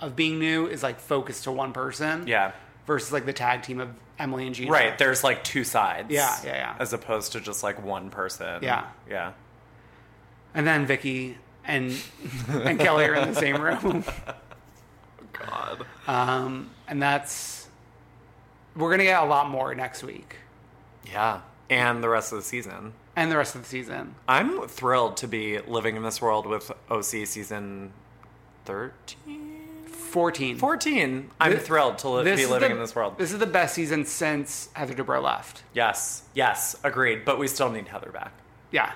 [SPEAKER 1] of being new is like focused to one person.
[SPEAKER 2] Yeah.
[SPEAKER 1] Versus like the tag team of Emily and Gina.
[SPEAKER 2] Right, there's like two sides.
[SPEAKER 1] Yeah, yeah, yeah.
[SPEAKER 2] As opposed to just like one person.
[SPEAKER 1] Yeah.
[SPEAKER 2] Yeah.
[SPEAKER 1] And then Vicky and and Kelly are in the same room.
[SPEAKER 2] God.
[SPEAKER 1] Um, and that's we're gonna get a lot more next week
[SPEAKER 2] Yeah. And the rest of the season.
[SPEAKER 1] and the rest of the season.
[SPEAKER 2] I'm thrilled to be living in this world with OC season 13?
[SPEAKER 1] 14.
[SPEAKER 2] 14. I'm
[SPEAKER 1] This-
[SPEAKER 2] thrilled to li- be
[SPEAKER 1] is
[SPEAKER 2] living
[SPEAKER 1] the-
[SPEAKER 2] in this world.
[SPEAKER 1] This is the best season since Heather Dubrow left.
[SPEAKER 2] yes. Yes. Agreed. But we still need Heather back.
[SPEAKER 1] Yeah.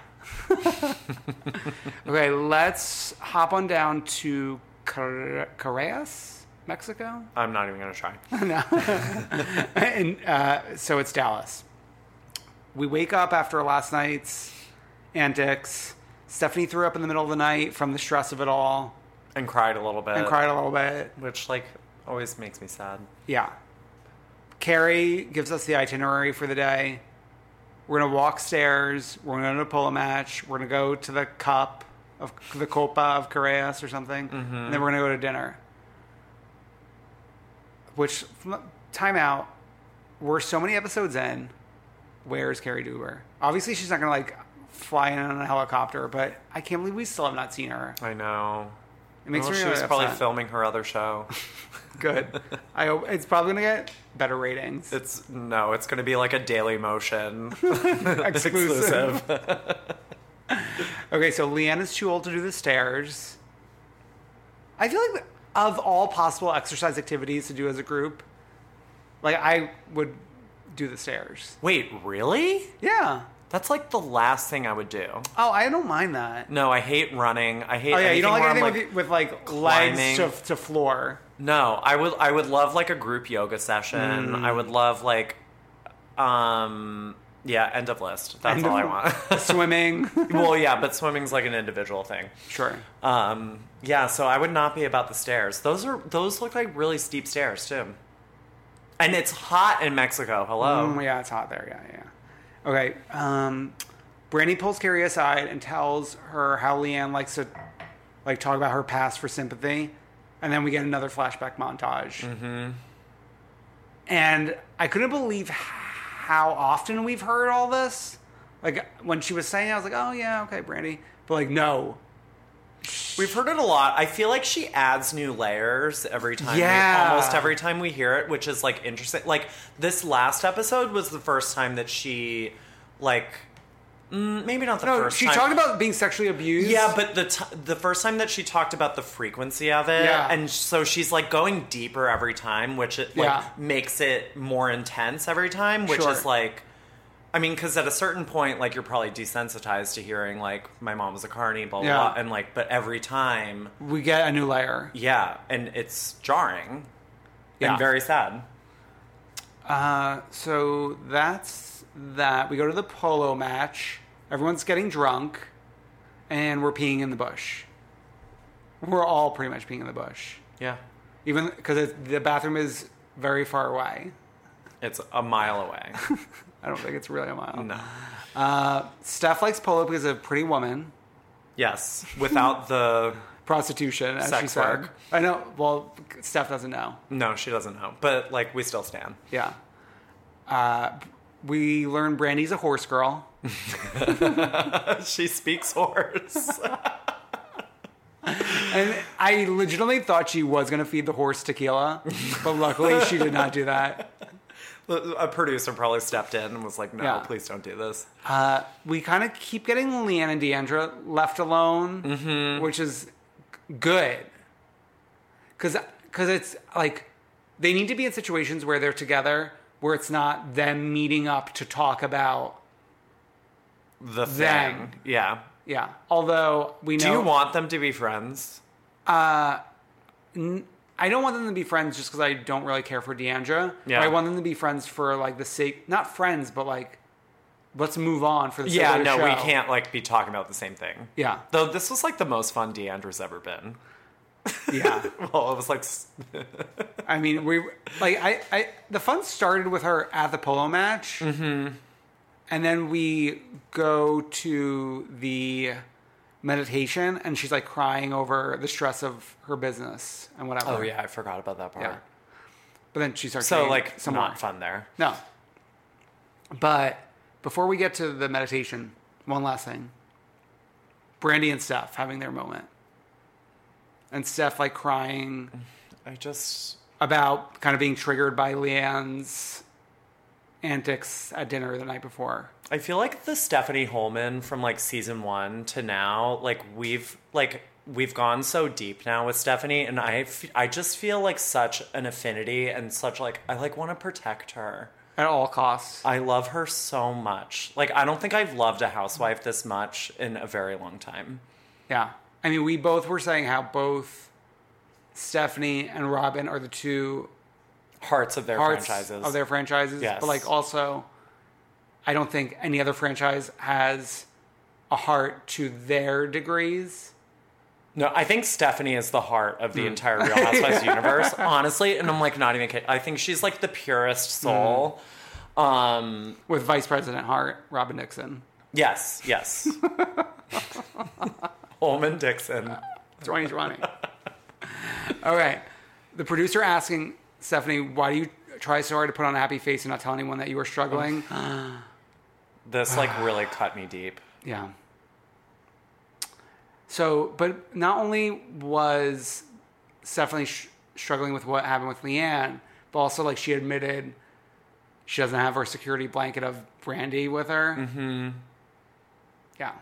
[SPEAKER 1] okay, let's hop on down to Car- Caracas, Mexico.
[SPEAKER 2] I'm not even going to try.
[SPEAKER 1] and uh, so it's Dallas. We wake up after last night's antics. Stephanie threw up in the middle of the night from the stress of it all
[SPEAKER 2] and cried a little bit.
[SPEAKER 1] and cried a little bit.
[SPEAKER 2] Which, like, always makes me sad.
[SPEAKER 1] Yeah. Carrie gives us the itinerary for the day. We're going to walk stairs. We're going to pull a match. We're going to go to the cup of the Copa of Carreas or something.
[SPEAKER 2] Mm-hmm.
[SPEAKER 1] And then we're going to go to dinner. Which, from- time out. We're so many episodes in. Where is Carrie Duber? Obviously, she's not going to like fly in on a helicopter, but I can't believe we still have not seen her.
[SPEAKER 2] I know.
[SPEAKER 1] It makes
[SPEAKER 2] well,
[SPEAKER 1] me
[SPEAKER 2] Oh, she
[SPEAKER 1] really
[SPEAKER 2] was probably
[SPEAKER 1] upset.
[SPEAKER 2] filming her other show.
[SPEAKER 1] Good. I hope it's probably going to get better ratings.
[SPEAKER 2] It's no, it's going to be like a Daily Motion
[SPEAKER 1] exclusive.
[SPEAKER 2] exclusive.
[SPEAKER 1] Okay, so Leanna's too old to do the stairs. I feel like of all possible exercise activities to do as a group, like I would do the stairs.
[SPEAKER 2] Wait, really?
[SPEAKER 1] Yeah.
[SPEAKER 2] That's like the last thing I would do.
[SPEAKER 1] Oh, I don't mind that.
[SPEAKER 2] No, I hate running. I hate.
[SPEAKER 1] Oh yeah, you don't like
[SPEAKER 2] where I'm,
[SPEAKER 1] anything with, like, with like legs
[SPEAKER 2] climbing.
[SPEAKER 1] to, to floor.
[SPEAKER 2] No, I would.
[SPEAKER 1] Mm.
[SPEAKER 2] I would love like a group yoga session. I would love like, um, Yeah, end of list. That's
[SPEAKER 1] End
[SPEAKER 2] all
[SPEAKER 1] of-
[SPEAKER 2] I want.
[SPEAKER 1] Swimming.
[SPEAKER 2] well, yeah, but swimming's like an individual thing.
[SPEAKER 1] sure.
[SPEAKER 2] Um, yeah, so I would not be about the stairs. Those are those look like really steep stairs too. And it's hot in Mexico. Hello.
[SPEAKER 1] Oh yeah, it's hot there. Yeah, yeah. Okay. Um, Brandy pulls Carrie aside and tells her how Leanne likes to like talk about her past for sympathy, and then we get another flashback montage. Mm-hmm. And I couldn't believe how often we've heard all this. Like when she was saying, it, I was like, "Oh yeah, okay, Brandy," but like, no,
[SPEAKER 2] We've heard it a lot. I feel like she adds new layers every time. we-
[SPEAKER 1] Yeah.
[SPEAKER 2] almost every time we hear it, which is like interesting. Like this last episode was the first time that she, like, mm, maybe not the
[SPEAKER 1] no.
[SPEAKER 2] first.
[SPEAKER 1] She
[SPEAKER 2] time.
[SPEAKER 1] talked about being sexually abused.
[SPEAKER 2] Yeah, but the t- the first time that she talked about the frequency of it,
[SPEAKER 1] Yeah.
[SPEAKER 2] and so she's like going deeper every time, which it like
[SPEAKER 1] Yeah.
[SPEAKER 2] makes it more intense every time, which
[SPEAKER 1] Sure.
[SPEAKER 2] is like, I mean, because at a certain point, like you're probably desensitized to hearing like my mom was a carny, blah blah,
[SPEAKER 1] Yeah.
[SPEAKER 2] blah, and like, but every time,
[SPEAKER 1] we get a new layer.
[SPEAKER 2] yeah, and it's jarring
[SPEAKER 1] Yeah.
[SPEAKER 2] and very sad.
[SPEAKER 1] Uh, so that's that. We go to the polo match. Everyone's getting drunk, and we're peeing in the bush. We're all pretty much peeing in the bush,
[SPEAKER 2] Yeah,
[SPEAKER 1] even because the bathroom is very far away.
[SPEAKER 2] it's a mile away.
[SPEAKER 1] I don't think it's really a mile. Uh,
[SPEAKER 2] no.
[SPEAKER 1] Steph likes polo because of Pretty Woman,
[SPEAKER 2] Yes, without the
[SPEAKER 1] prostitution, as she
[SPEAKER 2] Sex
[SPEAKER 1] said.
[SPEAKER 2] work.
[SPEAKER 1] I know. Well, Steph doesn't know.
[SPEAKER 2] no, she doesn't know, but like we still stand.
[SPEAKER 1] Yeah. Uh, we learn Brandy's a horse girl.
[SPEAKER 2] She speaks horse.
[SPEAKER 1] And I legitimately thought she was going to feed the horse tequila, but luckily she did not do that.
[SPEAKER 2] A producer probably stepped in and was like, "No,
[SPEAKER 1] Yeah.
[SPEAKER 2] please don't do this."
[SPEAKER 1] We kind of keep getting Leanne and Deandra left alone,
[SPEAKER 2] Mm-hmm.
[SPEAKER 1] which is g- good. Because it's like they need to be in situations where they're together, where it's not them meeting up to talk about.
[SPEAKER 2] The thing,
[SPEAKER 1] Then.
[SPEAKER 2] yeah.
[SPEAKER 1] Yeah. Although we know.
[SPEAKER 2] Do you want them to be friends?
[SPEAKER 1] I don't want them to be friends just because I don't really care for Deandra.
[SPEAKER 2] Yeah.
[SPEAKER 1] I want them to be friends for like the sake, not friends, but like, let's move on for the sake
[SPEAKER 2] Yeah,
[SPEAKER 1] of the
[SPEAKER 2] no, we
[SPEAKER 1] show.
[SPEAKER 2] can't like be talking about the same thing.
[SPEAKER 1] Yeah.
[SPEAKER 2] Though this was like the most fun Deandra's ever been.
[SPEAKER 1] Yeah.
[SPEAKER 2] Well, it was like, s-
[SPEAKER 1] I mean, we like I, I the fun started with her at the polo match, mm-hmm. and then we go to the meditation, and she's like crying over the stress of her business and whatever.
[SPEAKER 2] oh yeah, I forgot about that part.
[SPEAKER 1] yeah. But then she starts
[SPEAKER 2] So
[SPEAKER 1] getting
[SPEAKER 2] like,
[SPEAKER 1] some more.
[SPEAKER 2] not fun there.
[SPEAKER 1] No. But before we get to the meditation, one last thing. Brandy and Steph having their moment, and Steph like crying
[SPEAKER 2] I just,
[SPEAKER 1] about kind of being triggered by Leanne's antics at dinner the night before.
[SPEAKER 2] I feel like the Stephanie Holman from like season one to now, like we've like we've gone so deep now with Stephanie, and I f- I just feel like such an affinity and such like I like want to protect her.
[SPEAKER 1] At all costs.
[SPEAKER 2] I love her so much. Like I don't think I've loved a housewife this much in a very long time.
[SPEAKER 1] Yeah. I mean, we both were saying how both Stephanie and Robin are the two
[SPEAKER 2] Hearts of their
[SPEAKER 1] parts
[SPEAKER 2] franchises.
[SPEAKER 1] of their franchises.
[SPEAKER 2] Yes.
[SPEAKER 1] But like also, I don't think any other franchise has a heart to their degrees.
[SPEAKER 2] no, I think Stephanie is the heart of the
[SPEAKER 1] Hmm.
[SPEAKER 2] entire Real Housewives universe, honestly. And I'm like not even kidding. I think she's like the purest soul.
[SPEAKER 1] Hmm.
[SPEAKER 2] Um,
[SPEAKER 1] With Vice President Hart, Robin Nixon.
[SPEAKER 2] Yes, yes. Holman Dixon.
[SPEAKER 1] 2020. All right. The producer asking Stephanie, why do you try so hard to put on a happy face and not tell anyone that you were struggling?
[SPEAKER 2] This like really cut me deep.
[SPEAKER 1] yeah. So, but not only was Stephanie sh- struggling with what happened with Leanne, but also like she admitted she doesn't have her security blanket of Brandy with her. Mm-hmm. Yeah.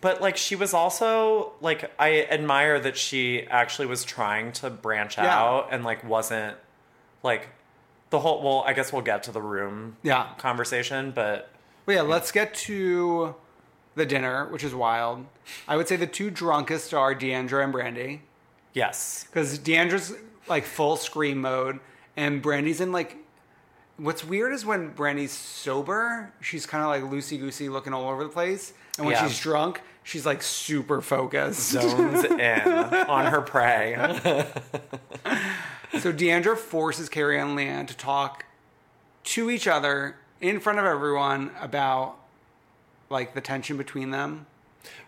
[SPEAKER 2] But like she was also like I admire that she actually was trying to branch
[SPEAKER 1] Yeah.
[SPEAKER 2] out and like wasn't like the whole well, I guess we'll get to the room
[SPEAKER 1] Yeah.
[SPEAKER 2] conversation, but
[SPEAKER 1] But yeah, let's get to the dinner, which is wild. I would say the two drunkest are Deandra and Brandy.
[SPEAKER 2] yes.
[SPEAKER 1] Because Deandra's like full scream mode and Brandy's in like What's weird is when Brandy's sober, she's kind of like loosey goosey, looking all over the place, and when
[SPEAKER 2] Yeah.
[SPEAKER 1] she's drunk, she's like super focused.
[SPEAKER 2] Zones in on her prey.
[SPEAKER 1] So Deandra forces Carrie and Leanne to talk to each other in front of everyone about like the tension between them.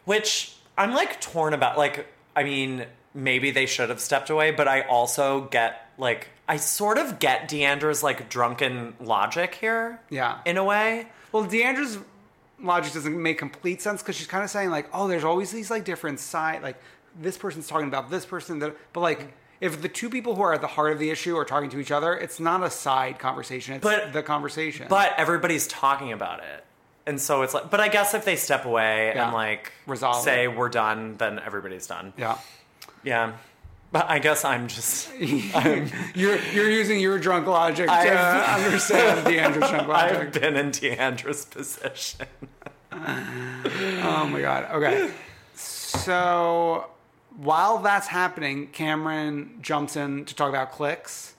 [SPEAKER 2] Which I'm like torn about. Like, I mean, maybe they should have stepped away, but I also get like I sort of get Deandra's like drunken logic here.
[SPEAKER 1] Yeah.
[SPEAKER 2] In a way.
[SPEAKER 1] Well, Deandra's logic doesn't make complete sense because she's kind of saying like, "Oh, there's always these like different side. Like this person's talking about this person, that, but
[SPEAKER 2] Mm-hmm.
[SPEAKER 1] like." If the two people who are at the heart of the issue are talking to each other, it's not a side conversation. It's
[SPEAKER 2] But-
[SPEAKER 1] the conversation.
[SPEAKER 2] But everybody's talking about it. And so it's like, but I guess if they step away
[SPEAKER 1] Yeah.
[SPEAKER 2] and like
[SPEAKER 1] Resolve
[SPEAKER 2] say
[SPEAKER 1] it.
[SPEAKER 2] we're done, then everybody's done.
[SPEAKER 1] yeah,
[SPEAKER 2] Yeah. But I guess I'm just,
[SPEAKER 1] you're you're using your drunk logic to
[SPEAKER 2] I've-
[SPEAKER 1] understand Deandra's drunk logic.
[SPEAKER 2] I've been in Deandra's position.
[SPEAKER 1] Oh my god. Okay. So while that's happening, Cameron jumps in to talk about clicks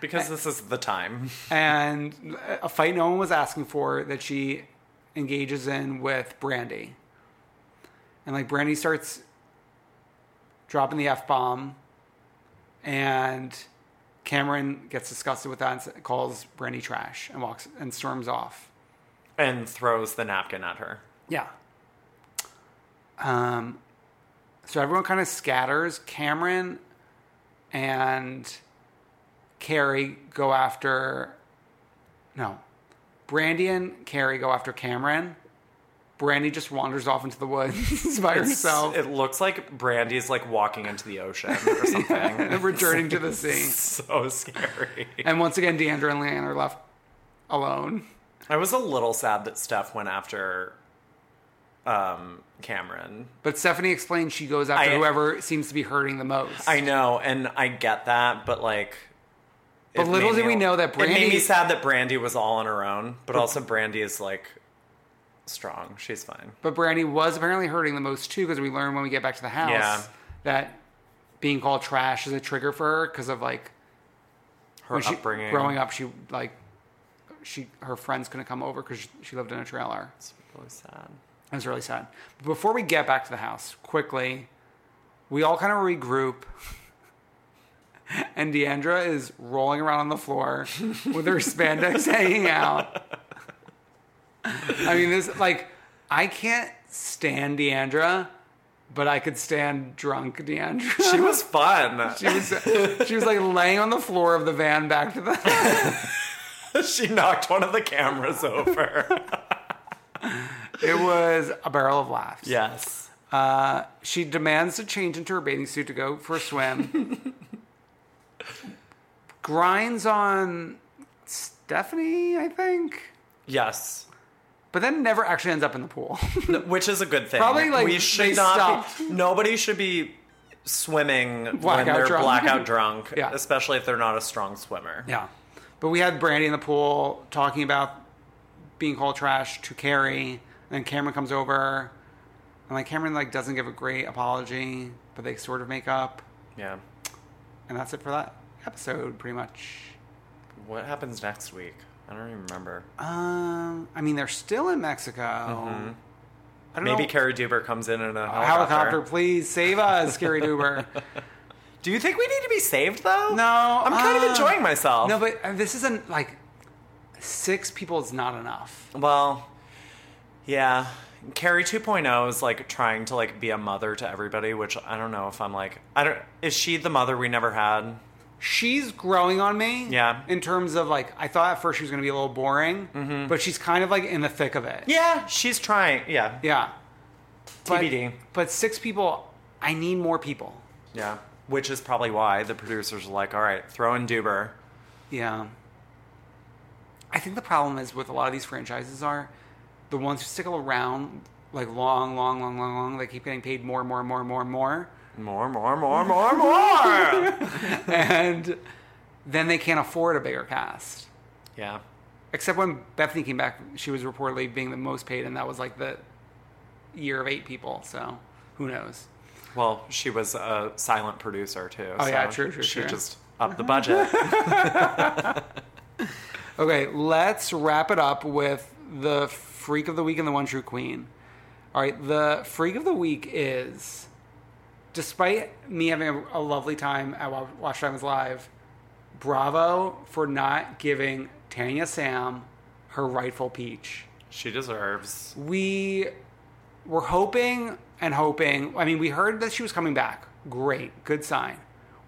[SPEAKER 2] Because this is the time.
[SPEAKER 1] and a fight no one was asking for that she engages in with Brandy. And like Brandy starts dropping the F bomb and Cameron gets disgusted with that and calls Brandy trash and walks and storms off.
[SPEAKER 2] And throws the napkin at her.
[SPEAKER 1] Yeah. Um, so everyone kind of scatters. Cameron and Carrie go after. No, Brandy and Carrie go after Cameron. Brandy just wanders off into the woods by herself,
[SPEAKER 2] It looks like Brandy's like walking into the ocean or something.
[SPEAKER 1] returning to the sea.
[SPEAKER 2] so scary.
[SPEAKER 1] And once again, Deandra and Leanne are left alone.
[SPEAKER 2] I was a little sad that Steph went after um, Cameron.
[SPEAKER 1] But Stephanie explains she goes after
[SPEAKER 2] I-
[SPEAKER 1] whoever seems to be hurting the most.
[SPEAKER 2] I know, and I get that, but like.
[SPEAKER 1] But
[SPEAKER 2] it
[SPEAKER 1] little
[SPEAKER 2] made
[SPEAKER 1] did
[SPEAKER 2] me-
[SPEAKER 1] we know that
[SPEAKER 2] It made me
[SPEAKER 1] Brandy-
[SPEAKER 2] sad that Brandy was all on her own, but also Brandy is like strong. She's fine.
[SPEAKER 1] But Brandy was apparently hurting the most too, because we learn when we get back to the house
[SPEAKER 2] Yeah.
[SPEAKER 1] that being called trash is a trigger for her because of like
[SPEAKER 2] Her
[SPEAKER 1] when she-
[SPEAKER 2] upbringing.
[SPEAKER 1] growing up, she like she her friends couldn't come over because she, she lived in a trailer.
[SPEAKER 2] It's really sad.
[SPEAKER 1] It was really sad. Before we get back to the house, quickly, we all kind of regroup. And Deandra is rolling around on the floor with her spandex hanging out. I mean, this, like, I can't stand Deandra, but I could stand drunk Deandra.
[SPEAKER 2] She was fun.
[SPEAKER 1] She was, she was like laying on the floor of the van back to the.
[SPEAKER 2] she knocked one of the cameras over.
[SPEAKER 1] It was a barrel of laughs.
[SPEAKER 2] yes.
[SPEAKER 1] She demands to change into her bathing suit to go for a swim. Grinds on Stephanie, I think,
[SPEAKER 2] Yes.
[SPEAKER 1] but then never actually ends up in the pool.
[SPEAKER 2] Which is a good thing.
[SPEAKER 1] Probably, like,
[SPEAKER 2] we should
[SPEAKER 1] they
[SPEAKER 2] not. be-
[SPEAKER 1] stopped.
[SPEAKER 2] nobody should be swimming
[SPEAKER 1] Blackout
[SPEAKER 2] when they're
[SPEAKER 1] drunk.
[SPEAKER 2] blackout drunk,
[SPEAKER 1] Yeah.
[SPEAKER 2] especially if they're not a strong swimmer.
[SPEAKER 1] yeah, but we had Brandy in the pool talking about being called trash to Carrie, and then Cameron comes over, and like Cameron like doesn't give a great apology, but they sort of make up,
[SPEAKER 2] Yeah.
[SPEAKER 1] and that's it for that episode, pretty much.
[SPEAKER 2] What happens next week? I don't even remember.
[SPEAKER 1] Um, Mm-hmm. I mean, they're still in Mexico. I don't
[SPEAKER 2] Maybe
[SPEAKER 1] know.
[SPEAKER 2] Carrie Duber comes in in a
[SPEAKER 1] A
[SPEAKER 2] helicopter.
[SPEAKER 1] helicopter, please save us, Gary Duber.
[SPEAKER 2] Do you think we need to be saved though?
[SPEAKER 1] No,
[SPEAKER 2] I'm kind
[SPEAKER 1] uh,
[SPEAKER 2] of enjoying myself.
[SPEAKER 1] no, but uh, this isn't like six people is not enough.
[SPEAKER 2] well, yeah. Carrie 2.0 is like trying to like be a mother to everybody, which I don't know if I'm like I don't. Is she the mother we never had?
[SPEAKER 1] She's growing on me.
[SPEAKER 2] Yeah.
[SPEAKER 1] In terms of like, I thought at first she was going to be a little boring, but she's kind of like in the thick of it.
[SPEAKER 2] Mm-hmm. Yeah, she's trying. Yeah,
[SPEAKER 1] Yeah. But-
[SPEAKER 2] TBD.
[SPEAKER 1] But six people, I need more people.
[SPEAKER 2] Yeah, which is probably why the producers are like, all right, throw in Duber.
[SPEAKER 1] Yeah. I think the problem is with a lot of these franchises are the ones who stick around like long, long, long, long, long. They keep getting paid more, more, more, more, more,
[SPEAKER 2] More, more, more, more, more.
[SPEAKER 1] and then they can't afford a bigger cast.
[SPEAKER 2] yeah,
[SPEAKER 1] Except when Bethany came back, she was reportedly being the most paid, and that was like the year of eight people. So who knows?
[SPEAKER 2] Well, she was a silent producer too.
[SPEAKER 1] Oh,
[SPEAKER 2] so
[SPEAKER 1] yeah, true, true,
[SPEAKER 2] She
[SPEAKER 1] true.
[SPEAKER 2] just up the budget.
[SPEAKER 1] Okay, let's wrap it up with the freak of the week and the one true queen. All right, the freak of the week is despite me having a, a lovely time at Wa- Watch Time is Live, bravo for not giving Tanya Sam her rightful peach.
[SPEAKER 2] she deserves.
[SPEAKER 1] We were hoping and hoping. I mean, we heard that she was coming back. Great, good sign.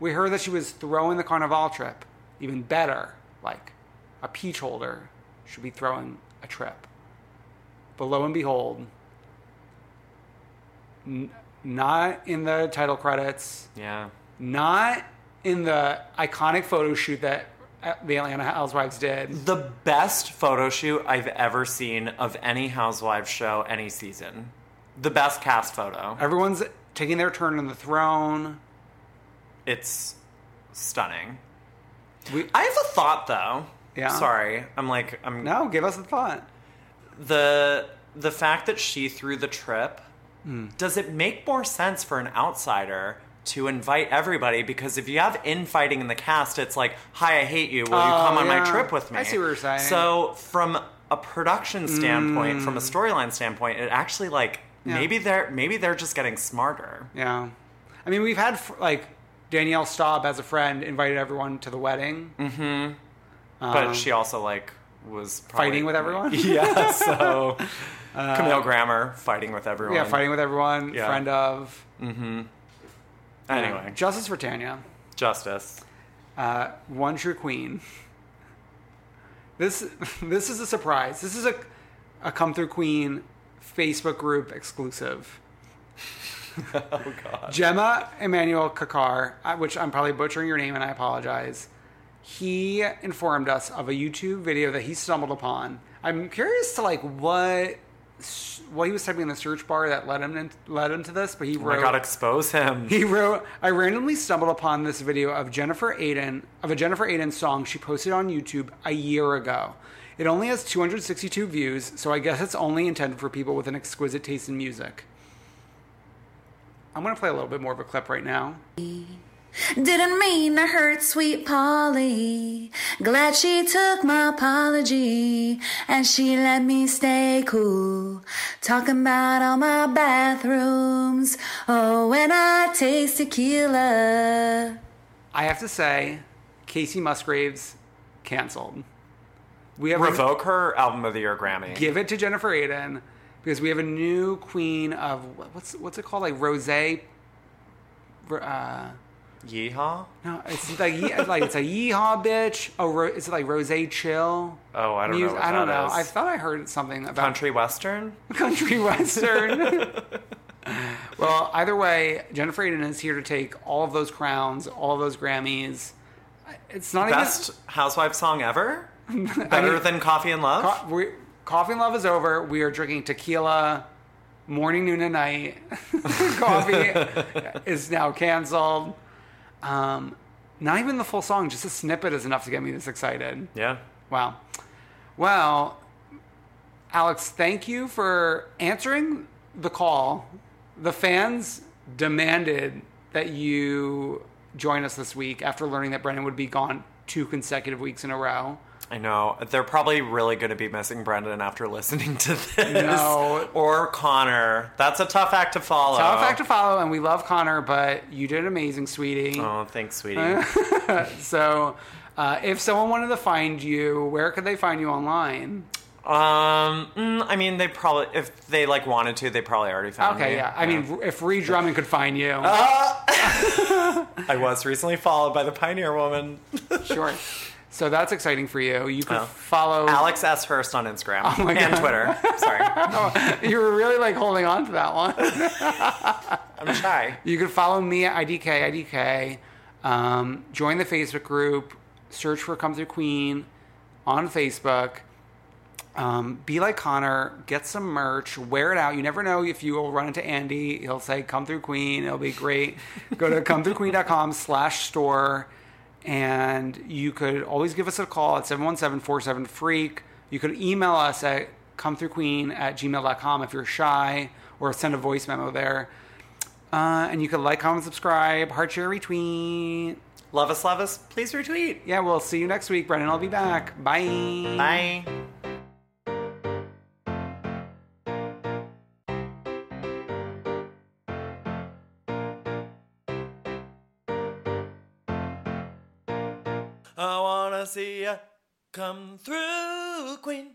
[SPEAKER 1] We heard that she was throwing the Carnival trip. Even better, like a peach holder should be throwing a trip. But lo and behold, n- not in the title credits,
[SPEAKER 2] Yeah.
[SPEAKER 1] not in the iconic photo shoot that uh, the Atlanta Housewives did.
[SPEAKER 2] The best photo shoot I've ever seen of any Housewives show, any season. The best cast photo.
[SPEAKER 1] Everyone's taking their turn on the throne.
[SPEAKER 2] It's stunning.
[SPEAKER 1] We-
[SPEAKER 2] I have a thought though.
[SPEAKER 1] Yeah?
[SPEAKER 2] Sorry. I'm like I'm
[SPEAKER 1] No, give us a thought.
[SPEAKER 2] the the fact that she threw the trip
[SPEAKER 1] Hmm.
[SPEAKER 2] does it make more sense for an outsider to invite everybody because if you have infighting in the cast it's like hi i hate you will you
[SPEAKER 1] Oh,
[SPEAKER 2] come on my
[SPEAKER 1] yeah.
[SPEAKER 2] trip with me
[SPEAKER 1] I see what you're saying.
[SPEAKER 2] so from a production standpoint from
[SPEAKER 1] Hmm.
[SPEAKER 2] a storyline standpoint it actually like maybe they're maybe they're just getting smarter
[SPEAKER 1] Yeah. I mean, we've had fr- like Danielle Staub as a friend invited everyone to the wedding,
[SPEAKER 2] Mm-hmm. but she also like was probably-
[SPEAKER 1] Uh-huh. fighting with everyone. Uh,
[SPEAKER 2] yeah so camille grammer fighting with everyone
[SPEAKER 1] Yeah, fighting with everyone,
[SPEAKER 2] Yeah.
[SPEAKER 1] friend of.
[SPEAKER 2] anyway
[SPEAKER 1] Justice for Tanya,
[SPEAKER 2] justice
[SPEAKER 1] uh, one true queen. This this is a surprise. This is a a come through queen Facebook group exclusive. oh God. Gemma Emmanuel Kakar, uh, which I'm probably butchering your name, and I apologize. He informed us of a YouTube video that he stumbled upon. I'm curious to like what s- what he was typing in the search bar that led him in, led him to this, but he
[SPEAKER 2] I
[SPEAKER 1] wrote.
[SPEAKER 2] gotta expose him.
[SPEAKER 1] He wrote, I randomly stumbled upon this video of Jennifer Aiden, of a Jennifer Aiden song she posted on YouTube a year ago. It only has 262 views, so I guess it's only intended for people with an exquisite taste in music. I'm going to play a little bit more of a clip right now.
[SPEAKER 3] Didn't mean to hurt sweet Polly. Glad she took my apology and she let me stay cool. Talking about all my bathrooms. Oh, when I taste tequila.
[SPEAKER 1] I have to say, Casey Musgraves canceled. We have
[SPEAKER 2] Revoke her album of the year Grammy.
[SPEAKER 1] give it to Jennifer Aiden because we have a new queen of what's what's it called like rose uh
[SPEAKER 2] Yeehaw?
[SPEAKER 1] No, it's like ye- it's like it's a yeehaw bitch. Oh, ro- is it like rose chill?
[SPEAKER 2] Oh, I don't know
[SPEAKER 1] Mus-
[SPEAKER 2] what
[SPEAKER 1] I don't
[SPEAKER 2] that
[SPEAKER 1] know.
[SPEAKER 2] is.
[SPEAKER 1] I thought I heard something about
[SPEAKER 2] Country Western?
[SPEAKER 1] country western. well, either way, Jennifer Aiden is here to take all of those crowns, all of those Grammys. It's not
[SPEAKER 2] Best housewife song ever? Better than Coffee and Love?
[SPEAKER 1] even. Co- we- coffee and love is over. We are drinking tequila. Morning, noon, and night. Coffee is now canceled. Um, not even the full song, just a snippet is enough to get me this excited.
[SPEAKER 2] yeah.
[SPEAKER 1] Wow. Well, Alex, thank you for answering the call. The fans demanded that you join us this week after learning that Brennan would be gone two consecutive weeks in a row.
[SPEAKER 2] I know. They're probably really going to be missing Brendan after listening to this.
[SPEAKER 1] No.
[SPEAKER 2] Or Connor. That's a tough act to follow.
[SPEAKER 1] Tough act to follow, and we love Connor, but you did amazing, sweetie.
[SPEAKER 2] Oh, thanks, sweetie.
[SPEAKER 1] Uh-huh. So, uh, if someone wanted to find you, where could they find you online?
[SPEAKER 2] um, mm, I mean, they probably, if they like wanted to, they probably already found me.
[SPEAKER 1] Okay, yeah. I mean, if Reed Drummond could find you,
[SPEAKER 2] I was recently followed by the Pioneer Woman.
[SPEAKER 1] sure. So that's exciting for you. You can
[SPEAKER 2] Oh.
[SPEAKER 1] follow
[SPEAKER 2] Alex S. Hurst on Instagram
[SPEAKER 1] Oh
[SPEAKER 2] and Twitter. Sorry.
[SPEAKER 1] you were really like holding on to that one.
[SPEAKER 2] I'm shy.
[SPEAKER 1] You can follow me at IDK IDK. Um, join the Facebook group. Search for Comes a Queen on Facebook. Um, be like Connor. Get some merch. Wear it out. You never know if you will run into Andy. He'll say, "Come through Queen." It'll be great. Go to comethroughqueen.com/store, and you could always give us a call at 717-47-freak. You could email us at comethroughqueen at gmail.com if you're shy, or send a voice memo there. Uh, and you could like, comment, subscribe, heart share, retweet.
[SPEAKER 4] Love us, love us. Please retweet.
[SPEAKER 1] Yeah, we'll see you next week. Brennan, I'll be back. Bye.
[SPEAKER 4] Bye. I wanna see ya come through, Queen.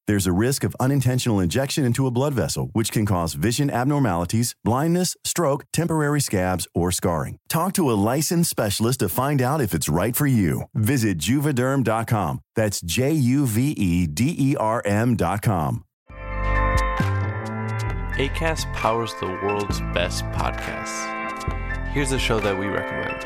[SPEAKER 5] There's a risk of unintentional injection into a blood vessel, which can cause vision abnormalities, blindness, stroke, temporary scabs, or scarring. Talk to a licensed specialist to find out if it's right for you. Visit juvederm.com. That's J U V E D E R M.com.
[SPEAKER 6] ACAST powers the world's best podcasts. Here's a show that we recommend.